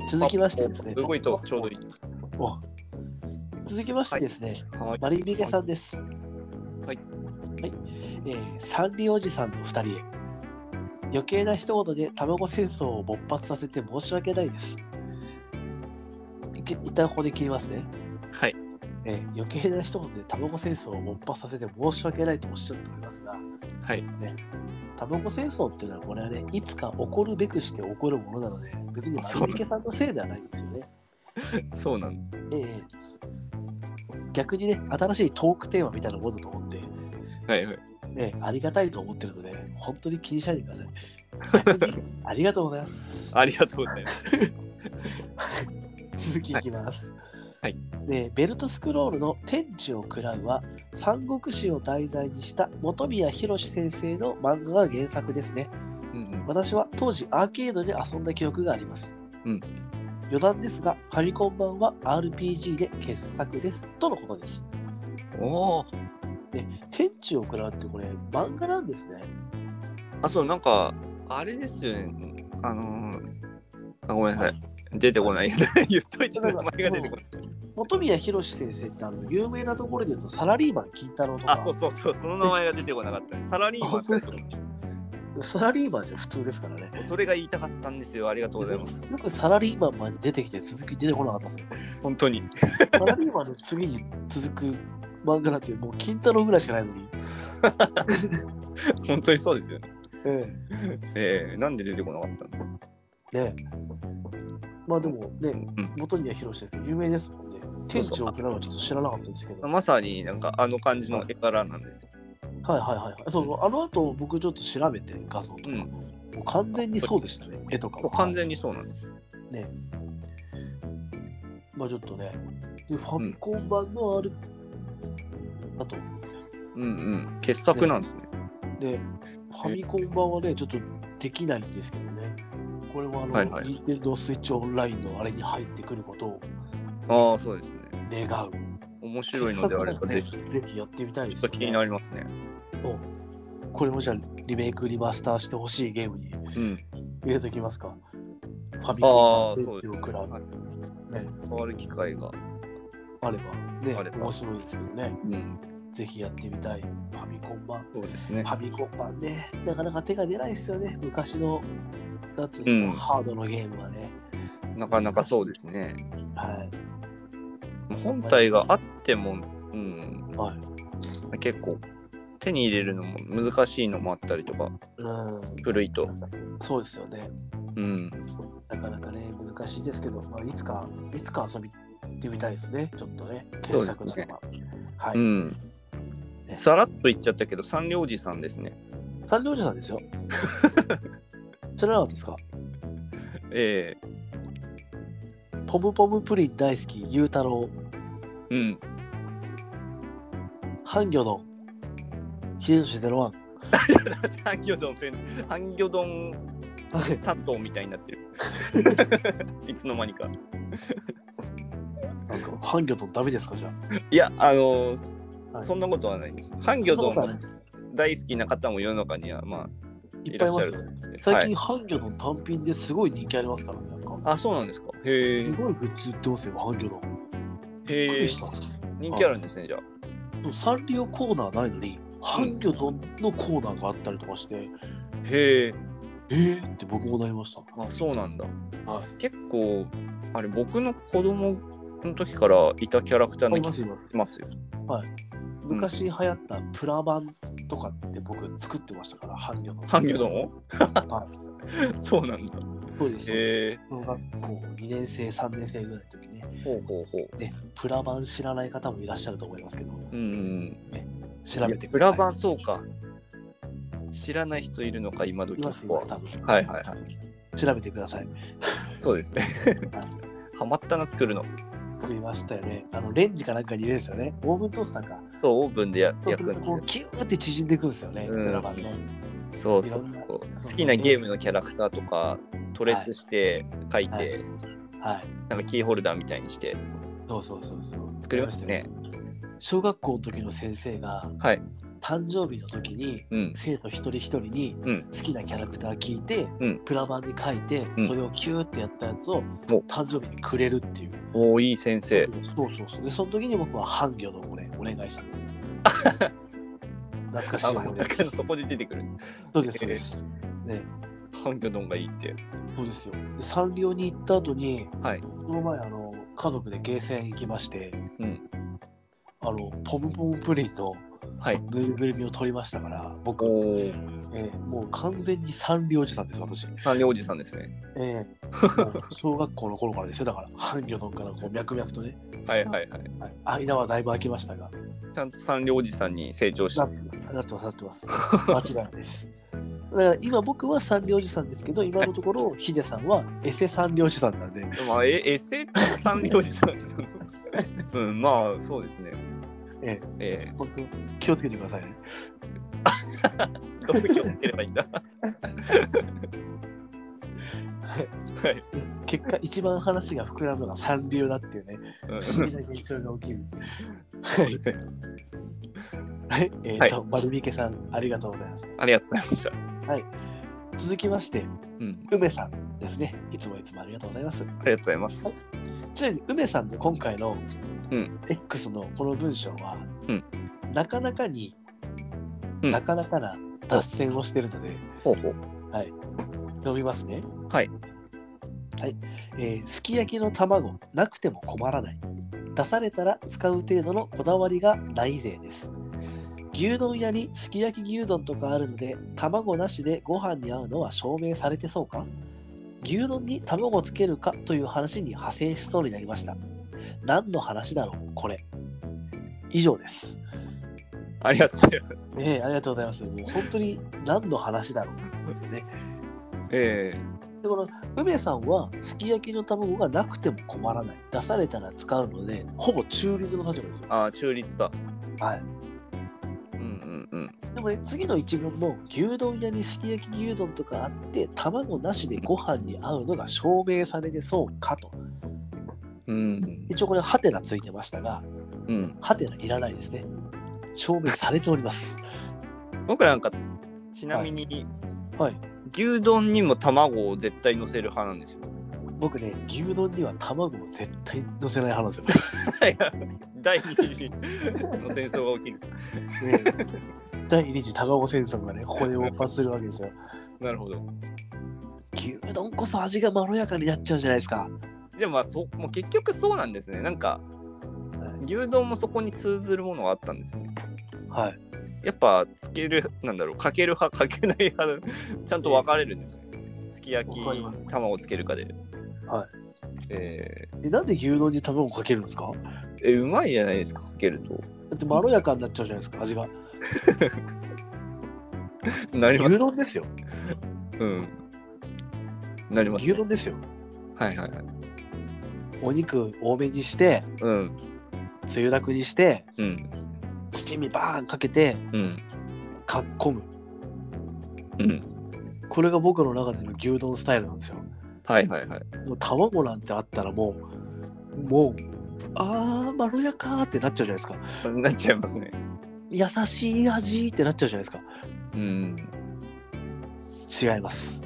Speaker 1: 続きましてですね、
Speaker 2: 動いとちょうどいい。
Speaker 1: お続きましてですね、
Speaker 2: はい。。
Speaker 1: マリミケさんです。はいはい。えーサンリオおじさんの二人へ。余計な一言で卵戦争を勃発させて申し訳ないです。いけ一旦ここで切りますね。
Speaker 2: はい。
Speaker 1: えー余計な一言で卵戦争を勃発させて申し訳ないとおっしゃると思いますが、
Speaker 2: はい。 <laughs>
Speaker 1: 卵戦争っていうのはこれはね、いつか起こるべくして起こるものなので、別にマリミケさんのせいではないんですよね。
Speaker 2: そうなんだ。
Speaker 1: ええ逆にね、新しいトークテーマみたいなものだと思って、
Speaker 2: はいはい。
Speaker 1: ね、ありがたいと思ってるので、本当に気にしないでください。 <laughs> 逆にありがとうございます。
Speaker 2: ありがとうございます。
Speaker 1: 続きいきます。
Speaker 2: はい
Speaker 1: でベルトスクロールの「天地を喰らう」は三国志を題材にした本宮宏先生の漫画が原作ですね。
Speaker 2: うん
Speaker 1: 私は当時アーケードで遊んだ記憶があります。
Speaker 2: うん
Speaker 1: 余談ですが、ファミコン版は RPG で傑作です。とのことです。 <laughs>
Speaker 2: うん、おお。
Speaker 1: 天地を喰らうってこれ漫画なんですね。
Speaker 2: あ、そう、なんか、あれですよね。あのー、あごめんなさい。出てこない。 <laughs> 言っといて、名前が出てこない。
Speaker 1: 本宮宏先生ってあの有名なところで言うとサラリーマン金太郎とか
Speaker 2: あ、そうそうそう、その名前が出てこなかったね。サラリーマンさん
Speaker 1: あサラリーマンじゃ普通ですからね。
Speaker 2: それが言いたかったんですよ。ありがとうございます。
Speaker 1: よくサラリーマンまで出てきて続き出てこなかった
Speaker 2: <laughs>
Speaker 1: ですね。
Speaker 2: 本当に。
Speaker 1: サラリーマンの次に続く漫画なんてもう金太郎ぐらいしかないのに。
Speaker 2: 本当にそうですよね。
Speaker 1: え
Speaker 2: ええなんで出てこなかったの
Speaker 1: えねまあでもね、
Speaker 2: うん
Speaker 1: 本宮宏先生有名ですもんね。天地を喰らうはちょっと知らなかったんですけど。はい
Speaker 2: まさになんかあの感じの絵柄なんですよ。
Speaker 1: はいはいはい。そうそうあの後僕ちょっと調べて画像とか。
Speaker 2: うん
Speaker 1: もう完全にそうでしたね。絵とかも。
Speaker 2: 完全にそうなんです。
Speaker 1: まあちょっとね、でファミコン版のある、だと、
Speaker 2: うんうん。傑作なんですね。
Speaker 1: で、ファミコン版はね、ちょっとできないんですけどね、これはあの、
Speaker 2: はいはい
Speaker 1: Nintendo Switch オンラインのあれに入ってくることを
Speaker 2: ああ、そうですね。
Speaker 1: 願う。
Speaker 2: 面白いのであれば、ぜ
Speaker 1: ぜ
Speaker 2: ひ。ち
Speaker 1: ひぜひやってみたいで
Speaker 2: ょ
Speaker 1: す
Speaker 2: っと
Speaker 1: よ
Speaker 2: 気に
Speaker 1: ね、
Speaker 2: なりますね。
Speaker 1: おこれもじゃあリメイク、リマスターしてほしいゲームに
Speaker 2: うん。
Speaker 1: 入れときますか。ファミ
Speaker 2: あ
Speaker 1: コ
Speaker 2: あ、
Speaker 1: ン版
Speaker 2: そうです
Speaker 1: を
Speaker 2: ね。
Speaker 1: くらう、
Speaker 2: はい
Speaker 1: ね、
Speaker 2: 触る機会が。
Speaker 1: あれば、ね
Speaker 2: あれ、ば
Speaker 1: 面白いですよね。
Speaker 2: うん。
Speaker 1: ぜひやってみたい。ファミコン版。
Speaker 2: そうですね
Speaker 1: フ。ァミコン版ね、なかなか手が出ないですよね、昔の、なんつう
Speaker 2: うん
Speaker 1: の、ハードのゲームはね。
Speaker 2: なかなかそうですね。
Speaker 1: はい。
Speaker 2: 本体があっても、うん、
Speaker 1: はい。
Speaker 2: 結構手に入れるのも難しいのもあったりとか、
Speaker 1: う
Speaker 2: 古いと。
Speaker 1: ん、そうですよね。
Speaker 2: うん。
Speaker 1: なかなかね、難しいですけど、まあ、いつか、いつか遊びってみたいですね、ちょっとね、傑作ならば。は
Speaker 2: う
Speaker 1: い。
Speaker 2: ん。さらっと言っちゃったけど、三両おじさんですね。
Speaker 1: 三両おじさん
Speaker 2: <laughs>
Speaker 1: ですよ。知らなかったですか
Speaker 2: え
Speaker 1: ポムポムプリン大好き、ゆうたろう、
Speaker 2: えうん。 <laughs>
Speaker 1: 半魚の、秀吉ゼロワン。
Speaker 2: 半魚丼せん、半魚丼担当みたいに
Speaker 1: <laughs>
Speaker 2: なってる。いつの間にか。
Speaker 1: なんですか半魚とダメですかじゃ
Speaker 2: いや、あの
Speaker 1: はい
Speaker 2: そんなことはないです。半
Speaker 1: あ。
Speaker 2: 魚
Speaker 1: そんなことは
Speaker 2: 丼
Speaker 1: ないです
Speaker 2: 大好きな方も世の中には、ま
Speaker 1: いっぱいいますよね。
Speaker 2: あ、は
Speaker 1: 最
Speaker 2: い
Speaker 1: 近、ハンギョドン単品ですごい人気ありますからね。なんか
Speaker 2: あ、そうなんですか。へえ
Speaker 1: す。ごいグッズ売ってますよ、ハンギョドン。びっく
Speaker 2: へえ
Speaker 1: り。した。
Speaker 2: 人気あるんですね、じゃあ。
Speaker 1: サンリオコーナーないのに、ハンギョドンのコーナーがあったりとかして、
Speaker 2: へえ。
Speaker 1: えーって僕もなりました。
Speaker 2: あそうなんだ、
Speaker 1: は
Speaker 2: 結構あれ僕の子供の時からいたキャラクター
Speaker 1: あ
Speaker 2: の
Speaker 1: い
Speaker 2: 気
Speaker 1: ま
Speaker 2: が
Speaker 1: す、
Speaker 2: し
Speaker 1: います。
Speaker 2: ますよん
Speaker 1: 昔流行ったプラ版とかって僕作ってましたから、ハンギョドン。
Speaker 2: ハンギョドンを
Speaker 1: は
Speaker 2: <laughs> そうなんだ
Speaker 1: い。そうです。そうで
Speaker 2: へ
Speaker 1: す小学校2年生、3年生ぐらいの時ね。
Speaker 2: ほうほうほう
Speaker 1: で、プラ版知らない方もいらっしゃると思いますけど、
Speaker 2: うん
Speaker 1: 調べてください。
Speaker 2: 裏版そうか知らない人いるのか今時
Speaker 1: います、います、多分。
Speaker 2: はいはい
Speaker 1: 調べてください。
Speaker 2: そうですねハマったな、作るの。
Speaker 1: 作りましたよね。あの、レンジかなんかに入れるんですよね。オーブントースターか。
Speaker 2: そう、オーブンでや
Speaker 1: そう
Speaker 2: 焼
Speaker 1: す
Speaker 2: く
Speaker 1: る
Speaker 2: んです
Speaker 1: と、こ
Speaker 2: よ
Speaker 1: う、。キューって縮んでいくんですよね。
Speaker 2: うん
Speaker 1: ドラマね。
Speaker 2: そうそうそう。好きなゲームのキャラクターとか、トレースして、書いて、
Speaker 1: はいはい。
Speaker 2: なんかキーホルダーみたいにして、
Speaker 1: そうそうそうそう。
Speaker 2: 作りましたね。。
Speaker 1: 小学校の時の先生が、
Speaker 2: はい
Speaker 1: 誕生日の時に、
Speaker 2: うん。
Speaker 1: 生徒一人一人に
Speaker 2: うん
Speaker 1: 好きなキャラクター聞いて、
Speaker 2: うん
Speaker 1: プラ板に書いて、
Speaker 2: うん
Speaker 1: それをキューってやったやつを
Speaker 2: お
Speaker 1: 誕生日にくれるっていう。
Speaker 2: おーいい先生。
Speaker 1: そうそうそう。で、その時に僕は半魚のお礼お願いしたん
Speaker 2: <laughs>
Speaker 1: ですよ。懐かしい
Speaker 2: あ、
Speaker 1: 思
Speaker 2: ま
Speaker 1: い
Speaker 2: さ
Speaker 1: 出で
Speaker 2: かの
Speaker 1: す。
Speaker 2: そこで出てくる。
Speaker 1: そうです、そうです。ね、
Speaker 2: ハンギョドンがいいって。
Speaker 1: そうですよ。でサンリオに行った後に、
Speaker 2: はい
Speaker 1: その前、あの、家族でゲーセン行きまして、
Speaker 2: うん
Speaker 1: あの、ポムポムプリンの
Speaker 2: はい。
Speaker 1: ぬいぐるみを取りましたから、僕、
Speaker 2: おお。
Speaker 1: ええもう完全にサンリオおじさんです、私。
Speaker 2: ハンリョおじさんですね。
Speaker 1: ええ
Speaker 2: <laughs>
Speaker 1: もう小学校の頃からですよ、だから、半魚のからこう脈々とね、
Speaker 2: はいはいはい。
Speaker 1: はい、間はだいぶ空きましたが、
Speaker 2: ちゃんとサンリョおじさんに成長して
Speaker 1: な。なってます、なって
Speaker 2: <laughs>
Speaker 1: ます。間違いないです。だから今僕は三両おじさんですけど、今のところヒデさんはエセ三両おじさんなんで、
Speaker 2: まあ、え、エセってサンリョおじさん。うん、まあ、そうですね。
Speaker 1: え
Speaker 2: ええ
Speaker 1: 本当気をつけてくださいね。
Speaker 2: どう気をつければいいんだ。 <laughs> はい。
Speaker 1: 結果、一番話が膨らむのが三流だっていうね、
Speaker 2: うん
Speaker 1: 不思議な現象が起きる。はい
Speaker 2: そうで
Speaker 1: はい、えっ、と、丸池さん、ありがとうございまし
Speaker 2: ありがとうございました。
Speaker 1: た。続きまして、
Speaker 2: うん、
Speaker 1: 梅さんですね。いつもいつもありがとうございます。
Speaker 2: ありがとうございます。
Speaker 1: ちなみに梅さんの今回の
Speaker 2: うん
Speaker 1: X のこの文章は、
Speaker 2: うん
Speaker 1: なかなかに、
Speaker 2: うん
Speaker 1: なかなかな脱線をしてるので
Speaker 2: ほうほう。
Speaker 1: 読みますね
Speaker 2: はい、
Speaker 1: はいえーすき焼きの卵なくても困らない出されたら使う程度のこだわりが大勢です牛丼屋にすき焼き牛丼とかあるので卵なしでご飯に合うのは証明されてそうか牛丼に卵をつけるかという話に派生しそうになりました何の話だろうこれ以上です
Speaker 2: ありがとうございます。
Speaker 1: ええありがとうございますもう本当に何の話 <laughs> だろうですね
Speaker 2: ええ
Speaker 1: でこの梅さんはすき焼きの卵がなくても困らない出されたら使うのでほぼ中立の立場ですよ、
Speaker 2: ああ、中立だ。
Speaker 1: はい、
Speaker 2: うんうんうん。
Speaker 1: でもね次の一文の牛丼屋にすき焼き牛丼とかあって卵なしでご飯に合うのが証明されてそうかと
Speaker 2: うん。
Speaker 1: 一応これハテナついてましたが
Speaker 2: うん。
Speaker 1: ハテナいらないですね証明されております
Speaker 2: 僕なんかちなみに
Speaker 1: はい
Speaker 2: 牛丼にも卵を絶対乗せる派なんですよ。 <laughs>
Speaker 1: 僕ね牛丼には卵を絶対乗せない派なんで
Speaker 2: 第二次の戦争が起きる。
Speaker 1: すよ、ねえ、 <laughs> 第2次卵戦争がねここで勃発するわけですよ
Speaker 2: なるほど。
Speaker 1: 牛丼こそ味がまろやかになっちゃうじゃないですか
Speaker 2: でもまあそうもう結局そうなんですね。なんか牛丼もそこに通ずるものがあったんですね。
Speaker 1: はい
Speaker 2: やっぱつけるなんだろうかける派かけない派ちゃんと分かれるんですね。すき焼き
Speaker 1: わかります
Speaker 2: 卵つけるかで。
Speaker 1: はい。
Speaker 2: えー
Speaker 1: えなんで牛丼に卵かけるんですか
Speaker 2: えうまいじゃないですかかけると。
Speaker 1: だってまろやかになっちゃうじゃないですか味が
Speaker 2: なります。
Speaker 1: 牛丼ですよ
Speaker 2: うん。なります、
Speaker 1: 牛
Speaker 2: ね。
Speaker 1: 丼ですよ
Speaker 2: はいはいはい。
Speaker 1: お肉多めにして
Speaker 2: うん
Speaker 1: つゆだくにして
Speaker 2: うん
Speaker 1: 七味バーンかけて
Speaker 2: うん
Speaker 1: かっこむ
Speaker 2: うん。
Speaker 1: これが僕の中での牛丼スタイルなんですよ
Speaker 2: はいはいはい。
Speaker 1: もう卵なんてあったらもうもうあーまろやかーってなっちゃうじゃないですか
Speaker 2: なっちゃいますね。
Speaker 1: 優しい味ってなっちゃうじゃないで
Speaker 2: うん。
Speaker 1: すか違います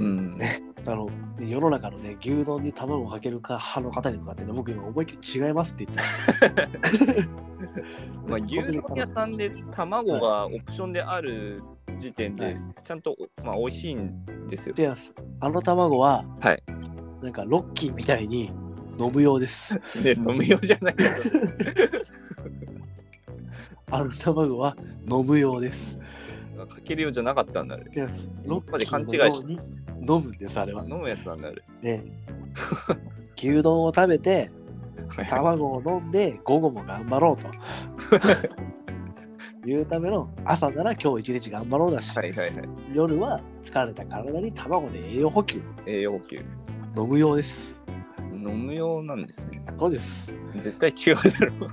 Speaker 2: うん。
Speaker 1: あの世の中のね牛丼に卵をかけるか派の方に向かってね僕今思いっきり違いますって言った
Speaker 2: <laughs>
Speaker 1: <laughs>
Speaker 2: まあ、牛丼屋さんで卵がオプションである時点
Speaker 1: は
Speaker 2: で
Speaker 1: い、
Speaker 2: ちゃんと、まあ、美味しいんですよ。
Speaker 1: 違います。あの卵は、
Speaker 2: はい
Speaker 1: なんかロッキーみたいに飲む用
Speaker 2: <laughs>
Speaker 1: です。
Speaker 2: で、飲みようじゃないけど。
Speaker 1: あの卵は飲む用です。
Speaker 2: かけるようじゃなかったんだ、あれ。
Speaker 1: 違います。ロ
Speaker 2: ロ
Speaker 1: ッ
Speaker 2: ッ
Speaker 1: キー
Speaker 2: キー
Speaker 1: の
Speaker 2: のよ
Speaker 1: よう
Speaker 2: う
Speaker 1: に飲むんです、あれは。
Speaker 2: 飲むやつなんだ、あれ。
Speaker 1: ね、牛丼を食べて、
Speaker 2: はいはい
Speaker 1: 卵を飲んで、午後も頑張ろ
Speaker 2: <laughs>
Speaker 1: うと。いうための朝なら今日一日頑張ろうだし、
Speaker 2: はいはい。
Speaker 1: 夜は疲れた体に卵で栄養補給
Speaker 2: 栄養補給。
Speaker 1: 飲む用です
Speaker 2: うー飲む用なんですね。
Speaker 1: そうです。
Speaker 2: 絶対違うだろう。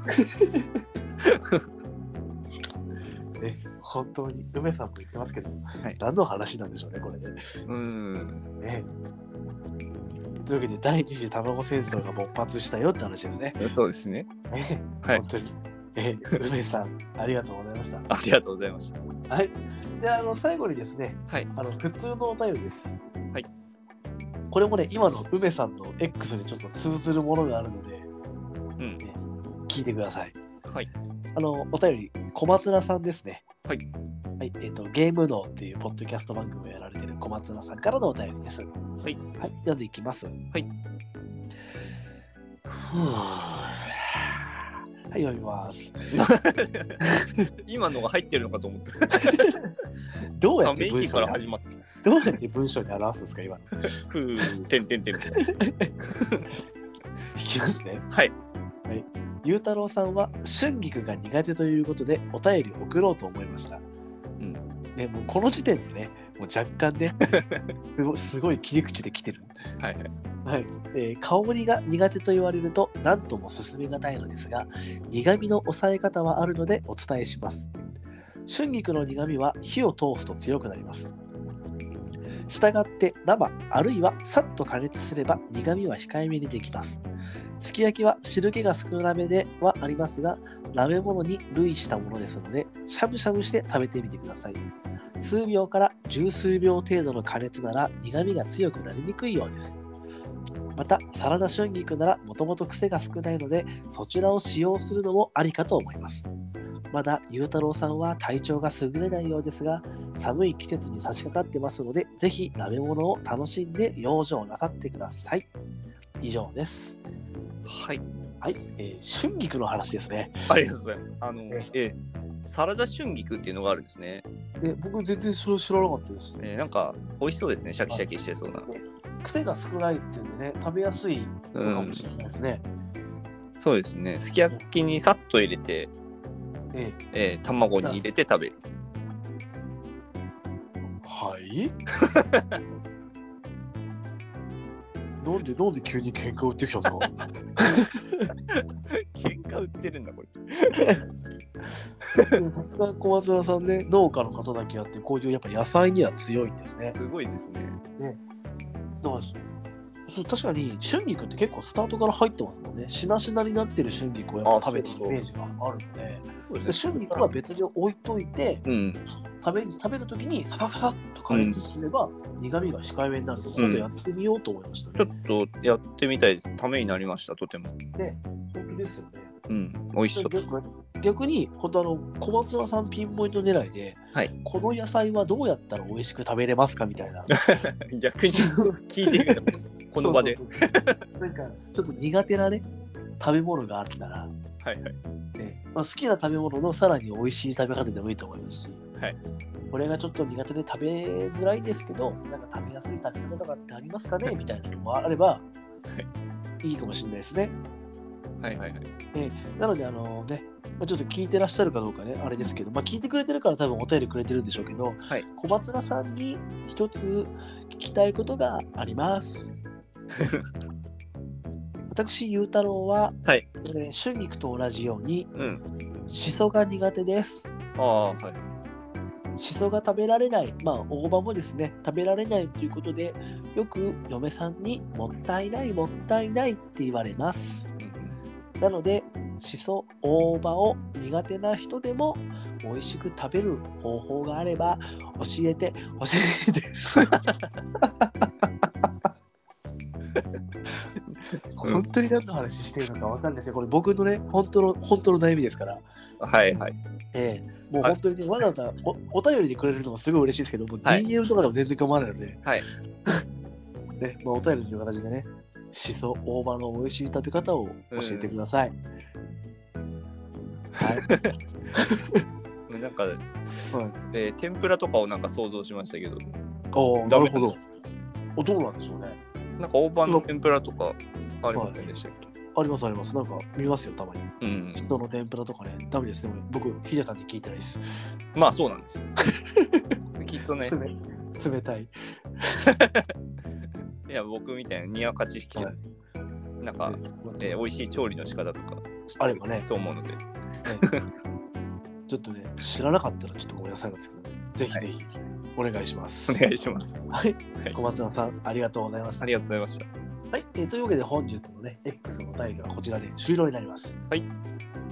Speaker 1: ね、本当に、梅さんも言ってますけど、
Speaker 2: い
Speaker 1: 何の話なんでしょうね、これね。
Speaker 2: うん。
Speaker 1: ねというわけで、第二次卵戦争が勃発したよって話ですね。
Speaker 2: そうですね。
Speaker 1: ね
Speaker 2: はい
Speaker 1: 本当に。え梅さん、ありがとうございました。
Speaker 2: ありがとうございました。
Speaker 1: はい。で、あの、最後にですね、
Speaker 2: はい
Speaker 1: あの、普通のお便りです。
Speaker 2: はい。
Speaker 1: これもね、今の梅さんの X にちょっと通ずるものがあるので、
Speaker 2: うん。
Speaker 1: 聞いてください。
Speaker 2: はい。
Speaker 1: あの、お便り、小松菜さんですね。
Speaker 2: はい。。。
Speaker 1: はい、えっ、と、ゲーム脳っていうポッドキャスト番組をやられてる小松菜さんからのお便りです。はい読んでいきます。はいはい、読みます。
Speaker 2: 今のが入ってるのかと思った。
Speaker 1: どうや
Speaker 2: た
Speaker 1: っ
Speaker 2: め
Speaker 1: て文
Speaker 2: 息
Speaker 1: 章
Speaker 2: から
Speaker 1: に
Speaker 2: 始まった。
Speaker 1: どうやって文章に表すんですか、今。
Speaker 2: ふう、てんてんてん。
Speaker 1: いきますね。
Speaker 2: <laughs> はい。
Speaker 1: ゆうたろうさんは春菊が苦手ということでお便りを送ろうと思いました。
Speaker 2: うん
Speaker 1: ね、もうこの時点でね、もう若干
Speaker 2: <laughs>
Speaker 1: ね、すごいすごい切り口で来てる。
Speaker 2: はいはい。
Speaker 1: はいえー香りが苦手と言われると何とも進めがたいのですが苦味の抑え方はあるのでお伝えします春菊の苦味は火を通すと強くなりますしたがって生あるいはさっと加熱すれば苦味は控えめにできますすき焼きは汁気が少なめではありますが鍋物に類したものですのでしゃぶしゃぶして食べてみてください数秒から十数秒程度の加熱なら苦味が強くなりにくいようですまたサラダ春菊ならもともと癖が少ないのでそちらを使用するのもありかと思いますまだゆうたろうさんは体調が優れないようですが寒い季節に差し掛かってますのでぜひ鍋物を楽しんで養生なさってください以上です
Speaker 2: はい。
Speaker 1: はい、えー春菊の話ですね
Speaker 2: ありがとうございます。あの
Speaker 1: え、
Speaker 2: ええ、サラダ春菊っていうのがあるんですね。
Speaker 1: え僕全然それ知らなかったです
Speaker 2: えーなんか、美味しそうですね。シャキシャキしてそうな。
Speaker 1: 癖が少ないっていうんでね食べやすいのかもしれないですね、
Speaker 2: そうですね。すき焼きにさっと入れて、
Speaker 1: え
Speaker 2: えー卵に入れて食べる。
Speaker 1: ーはいなんでなんで急に喧嘩売ってきたんですか
Speaker 2: 喧嘩売ってるんだ、これ。
Speaker 1: でもさすが小松原さんね農家の方だけあってこういうやっぱ野菜には強いんですね
Speaker 2: すごいですね。
Speaker 1: だからそう確かに春菊って結構スタートから入ってますもんねしなしなになってる春菊をやっぱ食べてるイメージがあるのでで春菊は別に置いといて
Speaker 2: うん。
Speaker 1: 食べ食べる時にササササッと加熱すれば苦味が控えめになるので
Speaker 2: うん
Speaker 1: 今度やってみようと思いました
Speaker 2: ちょ
Speaker 1: ね、
Speaker 2: っとやってみたいです。ためになりました、とても。
Speaker 1: で本当ですよね
Speaker 2: うん。美味しそう。
Speaker 1: 逆逆に本当あの小松菜さんピンポイント狙いで、
Speaker 2: はい
Speaker 1: この野菜はどうやったら美味しく食べれますかみたい
Speaker 2: <laughs>
Speaker 1: な
Speaker 2: <laughs> 逆に聞いてみる。 <laughs> この場で
Speaker 1: そ。うそうそうなんかちょっと苦手なね食べ物があったら、
Speaker 2: はいはい。
Speaker 1: ねまあ、好きな食べ物のさらに美味しい食べ方でもいいと思いますし、
Speaker 2: はい
Speaker 1: これがちょっと苦手で食べづらいですけどなんか食べやすい食べ方とかってありますかねみたいなのもあれば、いいかもしれないですね。
Speaker 2: はいはいはい。
Speaker 1: なので、あのね、まあ、ちょっと聞いてらっしゃるかどうかね、あれですけど、まあ、聞いてくれてるから多分お便りくれてるんでしょうけど、
Speaker 2: はい
Speaker 1: 小松菜さんに一つ聞きたいことがあり
Speaker 2: <laughs>
Speaker 1: ます。私、ゆうたろうは、
Speaker 2: はい
Speaker 1: えー春菊と同じように、
Speaker 2: うん。
Speaker 1: しそが苦手です。
Speaker 2: ああ、はい。
Speaker 1: しそが食べられない、まあ、大葉もですね、食べられないということで、よく嫁さんにもったいない、もったいないって言われます。なので、しそ、大葉を苦手な人でも美味しく食べる方法があれば教えてほしい
Speaker 2: <laughs>
Speaker 1: です。本当に何の話してるのかわかんないですよ。これ僕のね、本当の本当の悩みですから。
Speaker 2: はいはい。
Speaker 1: ええもう本当にね、わざわざおお便りでくれるのもすごい嬉しいですけど、もう
Speaker 2: はい
Speaker 1: DM とかでも全然構わないので、
Speaker 2: はい。
Speaker 1: ねまあ、お便りという形でね、しそ、大葉の美味しい食べ方を教えてください。はい。
Speaker 2: <laughs> なんか、
Speaker 1: はい、
Speaker 2: えー天ぷらとかをなんか想像しましたけど、
Speaker 1: おーな
Speaker 2: ダ
Speaker 1: る
Speaker 2: メ
Speaker 1: ほど。おどうなんでしょうね。
Speaker 2: なんか大葉の天ぷらとかありませんでしたっけ、
Speaker 1: ありますあります。なんか見ますよ、たまに。
Speaker 2: うん。
Speaker 1: 人の天ぷらとかね、ダメです。でも僕、ヒデさんに聞いてないです。
Speaker 2: まあそうなん <laughs> ですよ。きっとね、
Speaker 1: 冷冷たい。
Speaker 2: いや僕みたいなニワカチ引き、
Speaker 1: はい
Speaker 2: なんか、えー美味しい調理の仕方とか
Speaker 1: あればね
Speaker 2: と思うので、
Speaker 1: ちょっとね、知らなかったらちょっとごめんなさいなんですけど、ね、ぜひぜひお願いします。
Speaker 2: お願いします。
Speaker 1: はい
Speaker 2: はい、
Speaker 1: 小松菜さん、ありがとうございました
Speaker 2: あ。りがとうございました。
Speaker 1: はい、えーというわけで本日のね、X のお便りはこちらで終了になります。
Speaker 2: はい。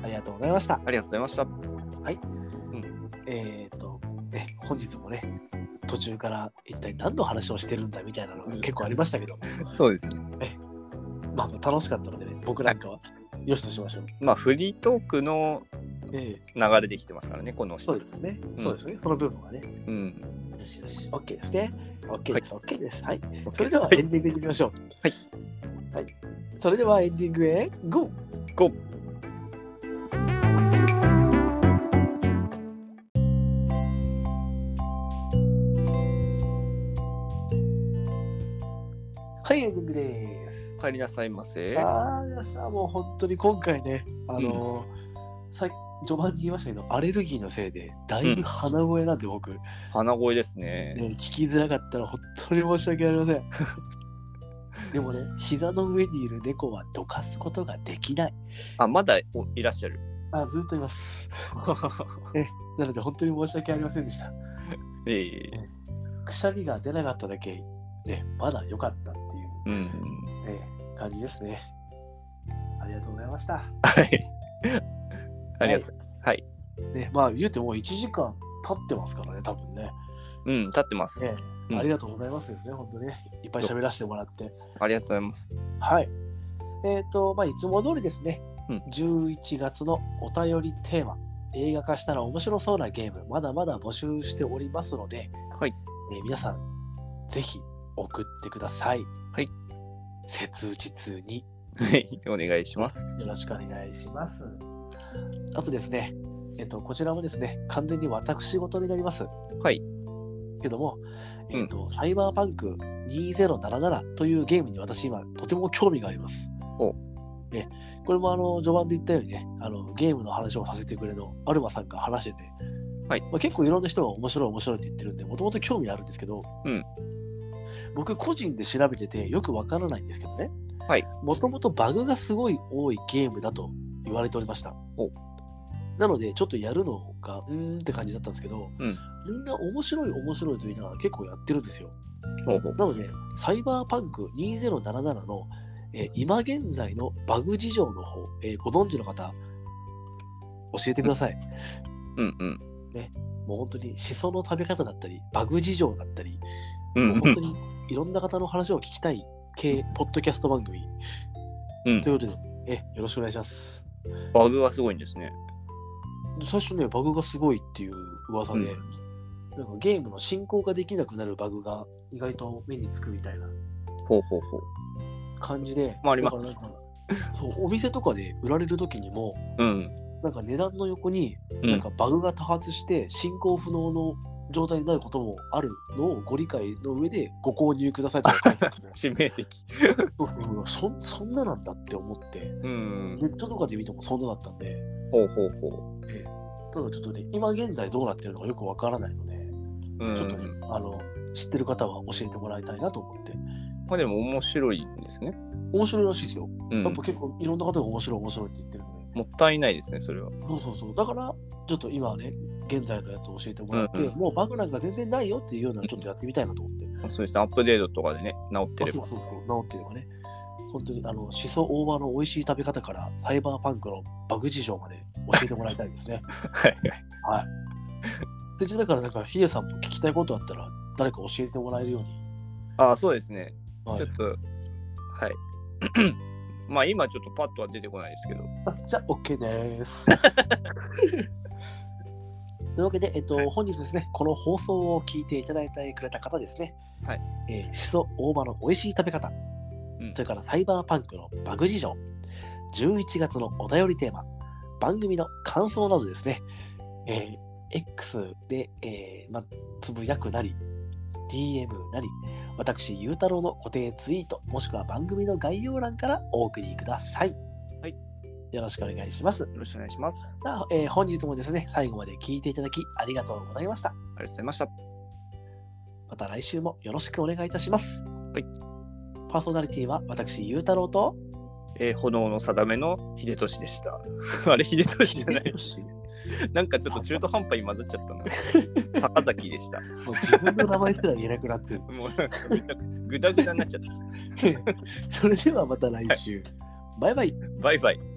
Speaker 1: ありがとうございました。
Speaker 2: ありがとうございました。
Speaker 1: えっ、と、ね、本日もね、途中から一体何の話をしてるんだみたいなのが結構ありましたけど、
Speaker 2: そうですね。
Speaker 1: まあ楽しかったのでね、僕なんかはよしとしましょう。
Speaker 2: まあ、フリートークの
Speaker 1: ええ
Speaker 2: 流れできてますからね、この人。
Speaker 1: そうですね。そうですね。その部分はね。
Speaker 2: うん。
Speaker 1: よしよし。OK ですね。OK です。OK です。はい。そ
Speaker 2: そ
Speaker 1: れではエンディングに行きましょう。
Speaker 2: はい。
Speaker 1: はい。それではエンディングへ GO!
Speaker 2: こ
Speaker 1: はい、エンディングです。
Speaker 2: う、帰りなさいませ。
Speaker 1: ああ、さあもう本当に今回ね、あのーさ序盤に言いましたけど、アレルギーのせいで、だいぶ鼻声なんで僕、ね、
Speaker 2: 鼻声ですね。
Speaker 1: 聞きづらかったら本当に申し訳ありませ
Speaker 2: <laughs>
Speaker 1: ん。でもね、膝の上にいる猫はどかすことができない。
Speaker 2: あ、まだおいらっし <laughs> ゃる。
Speaker 1: あずっといます。なので本当に申し訳ありませんでした。
Speaker 2: ええ
Speaker 1: くしゃみが出なかっただけ、ね、まだ良かったっていう
Speaker 2: うん。
Speaker 1: ええ、感じですね。ありがとうございました。
Speaker 2: はい。ありがとう。はい。
Speaker 1: ね、まあ言うてもう1時間経ってますからね、多分ね。
Speaker 2: うん、立ってます。
Speaker 1: ね
Speaker 2: うん
Speaker 1: ありがとうございますですね、本当にね。いっぱい喋らせてもらって。
Speaker 2: ありがとうございます。
Speaker 1: はい。えっ、と、まあいつも通りですね、
Speaker 2: うん
Speaker 1: 11月のお便りテーマ、映画化したら面白そうなゲーム、まだまだ募集しておりますので、
Speaker 2: はい。
Speaker 1: えー皆さん、ぜひ送ってください。
Speaker 2: はい。
Speaker 1: 切実に
Speaker 2: はい。お願いします。
Speaker 1: よろしくお願いします。あとですね、えっと、こちらもですね、完全に私事になります。
Speaker 2: はい。
Speaker 1: けども、
Speaker 2: うん
Speaker 1: えっと、サイバーパンク2077というゲームに私今、とても興味があります。
Speaker 2: お
Speaker 1: えこれもあの序盤で言ったようにねあのゲームの話をさせてくれのアルマさんが話してて、
Speaker 2: はい
Speaker 1: まあ、結構いろんな人が面白い面白いって言ってるんでもともと興味があるんですけど、
Speaker 2: うん
Speaker 1: 僕個人で調べててよくわからないんですけどね
Speaker 2: はい
Speaker 1: もともとバグがすごい多いゲームだと言われておりました
Speaker 2: お
Speaker 1: なのでちょっとやるのがうーんって感じだったんですけど、
Speaker 2: うん
Speaker 1: みんな面白い面白いと言いながら結構やってるんですよ
Speaker 2: ほうほう。
Speaker 1: なので、サイバーパンク2077の、えー今現在のバグ事情の方、えーご存知の方、教えてください。
Speaker 2: うんうん。
Speaker 1: もう本当に思想の食べ方だったり、バグ事情だったり、
Speaker 2: うん
Speaker 1: もう
Speaker 2: う
Speaker 1: 本
Speaker 2: ん
Speaker 1: 当。にいろんな方の話を聞きたい系ポッドキャスト番組。
Speaker 2: うん
Speaker 1: ということで、えよろしくお願いします。
Speaker 2: バグはすごいんですね。
Speaker 1: 最初ね、バグがすごいっていう噂で、
Speaker 2: う
Speaker 1: なんかゲームの進行ができなくなるバグが意外と目につくみたいな
Speaker 2: ほうほうほう。
Speaker 1: 感じで、
Speaker 2: まああります
Speaker 1: だからなんかそうお店とかで売られる時にも、
Speaker 2: うん。
Speaker 1: なんか値段の横に、
Speaker 2: うん
Speaker 1: なんかバグが多発して進行不能の状態になることもあるのをご理解の上でご購入くださいとか書いてあって、
Speaker 2: <laughs> 致命的。
Speaker 1: うわそそんななんだって思って、
Speaker 2: うん。
Speaker 1: ネットとかで見てもそんなだったんで、
Speaker 2: ほうほうほ
Speaker 1: ただちょっとね、今現在どうなってるのかよくわからないので、
Speaker 2: う。うん。
Speaker 1: ちょっとね、あの、知ってる方は教えてもらいたいなと思って、
Speaker 2: まあでも面白いんですね。
Speaker 1: 面白いらしいですよ。
Speaker 2: うん
Speaker 1: やっ。ぱ結構いろんな方が面白い面白いって言ってるので、
Speaker 2: もったいないですね、それは。
Speaker 1: そうそうそう。だから、ちょっと今はね、現在のやつを教えてもらって、
Speaker 2: うんう
Speaker 1: もうバグなんか全然ないよっていうようなのちょっとやってみたいなと思って。
Speaker 2: まあそうですね、アップデートとかでね、治って
Speaker 1: あ
Speaker 2: れ
Speaker 1: そ
Speaker 2: ば。
Speaker 1: うそうそう、治ってればね。本当にあの思想大葉の美味しい食べ方からサイバーパンクのバグ事情まで教えてもらいたいです
Speaker 2: <laughs>
Speaker 1: ね。
Speaker 2: はいはい。
Speaker 1: で、だからなんかヒデさんも聞きたいことあったら誰か教えてもらえるように。
Speaker 2: ああ、そうですね。
Speaker 1: はい
Speaker 2: ちょっと、はい。 <clears throat> まあ今ちょっとパッとは出てこないですけど。
Speaker 1: あじゃあ OK
Speaker 2: <laughs>
Speaker 1: です。というわけで、えっと、本日ですね、この放送を聞いていただいてくれた方ですね、
Speaker 2: はい
Speaker 1: えー、しそ大葉の美味しい食べ方、
Speaker 2: うん
Speaker 1: それからサイバーパンクのバグ事情、11月のお便りテーマ、番組の感想などですね、えー X で、えーま、つぶやくなり、DM なり、私、ゆうたろうの固定ツイート、もしくは番組の概要欄からお送りください。
Speaker 2: はい。
Speaker 1: よろしくお願いします。
Speaker 2: よろしくお願いします。あ
Speaker 1: さあえー本日もですね、最後まで聞いていただきありがとうございました。
Speaker 2: りがとうございました。
Speaker 1: また来週もよろしくお願いいたします。
Speaker 2: はい。
Speaker 1: パーソナリティは私、ゆうたろうと、
Speaker 2: えー炎の定めの秀俊でした。 <laughs> あれ、秀俊 <laughs> じゃ <laughs> ない。なんかちょっと中途半端に混ざっちゃ <laughs> ったな。高崎でした。
Speaker 1: もう自分の名前すら言えなくなってる。
Speaker 2: もうなんかみんなぐだぐだになっちゃった。
Speaker 1: それではまた来週。バイバイ。
Speaker 2: バイバイ。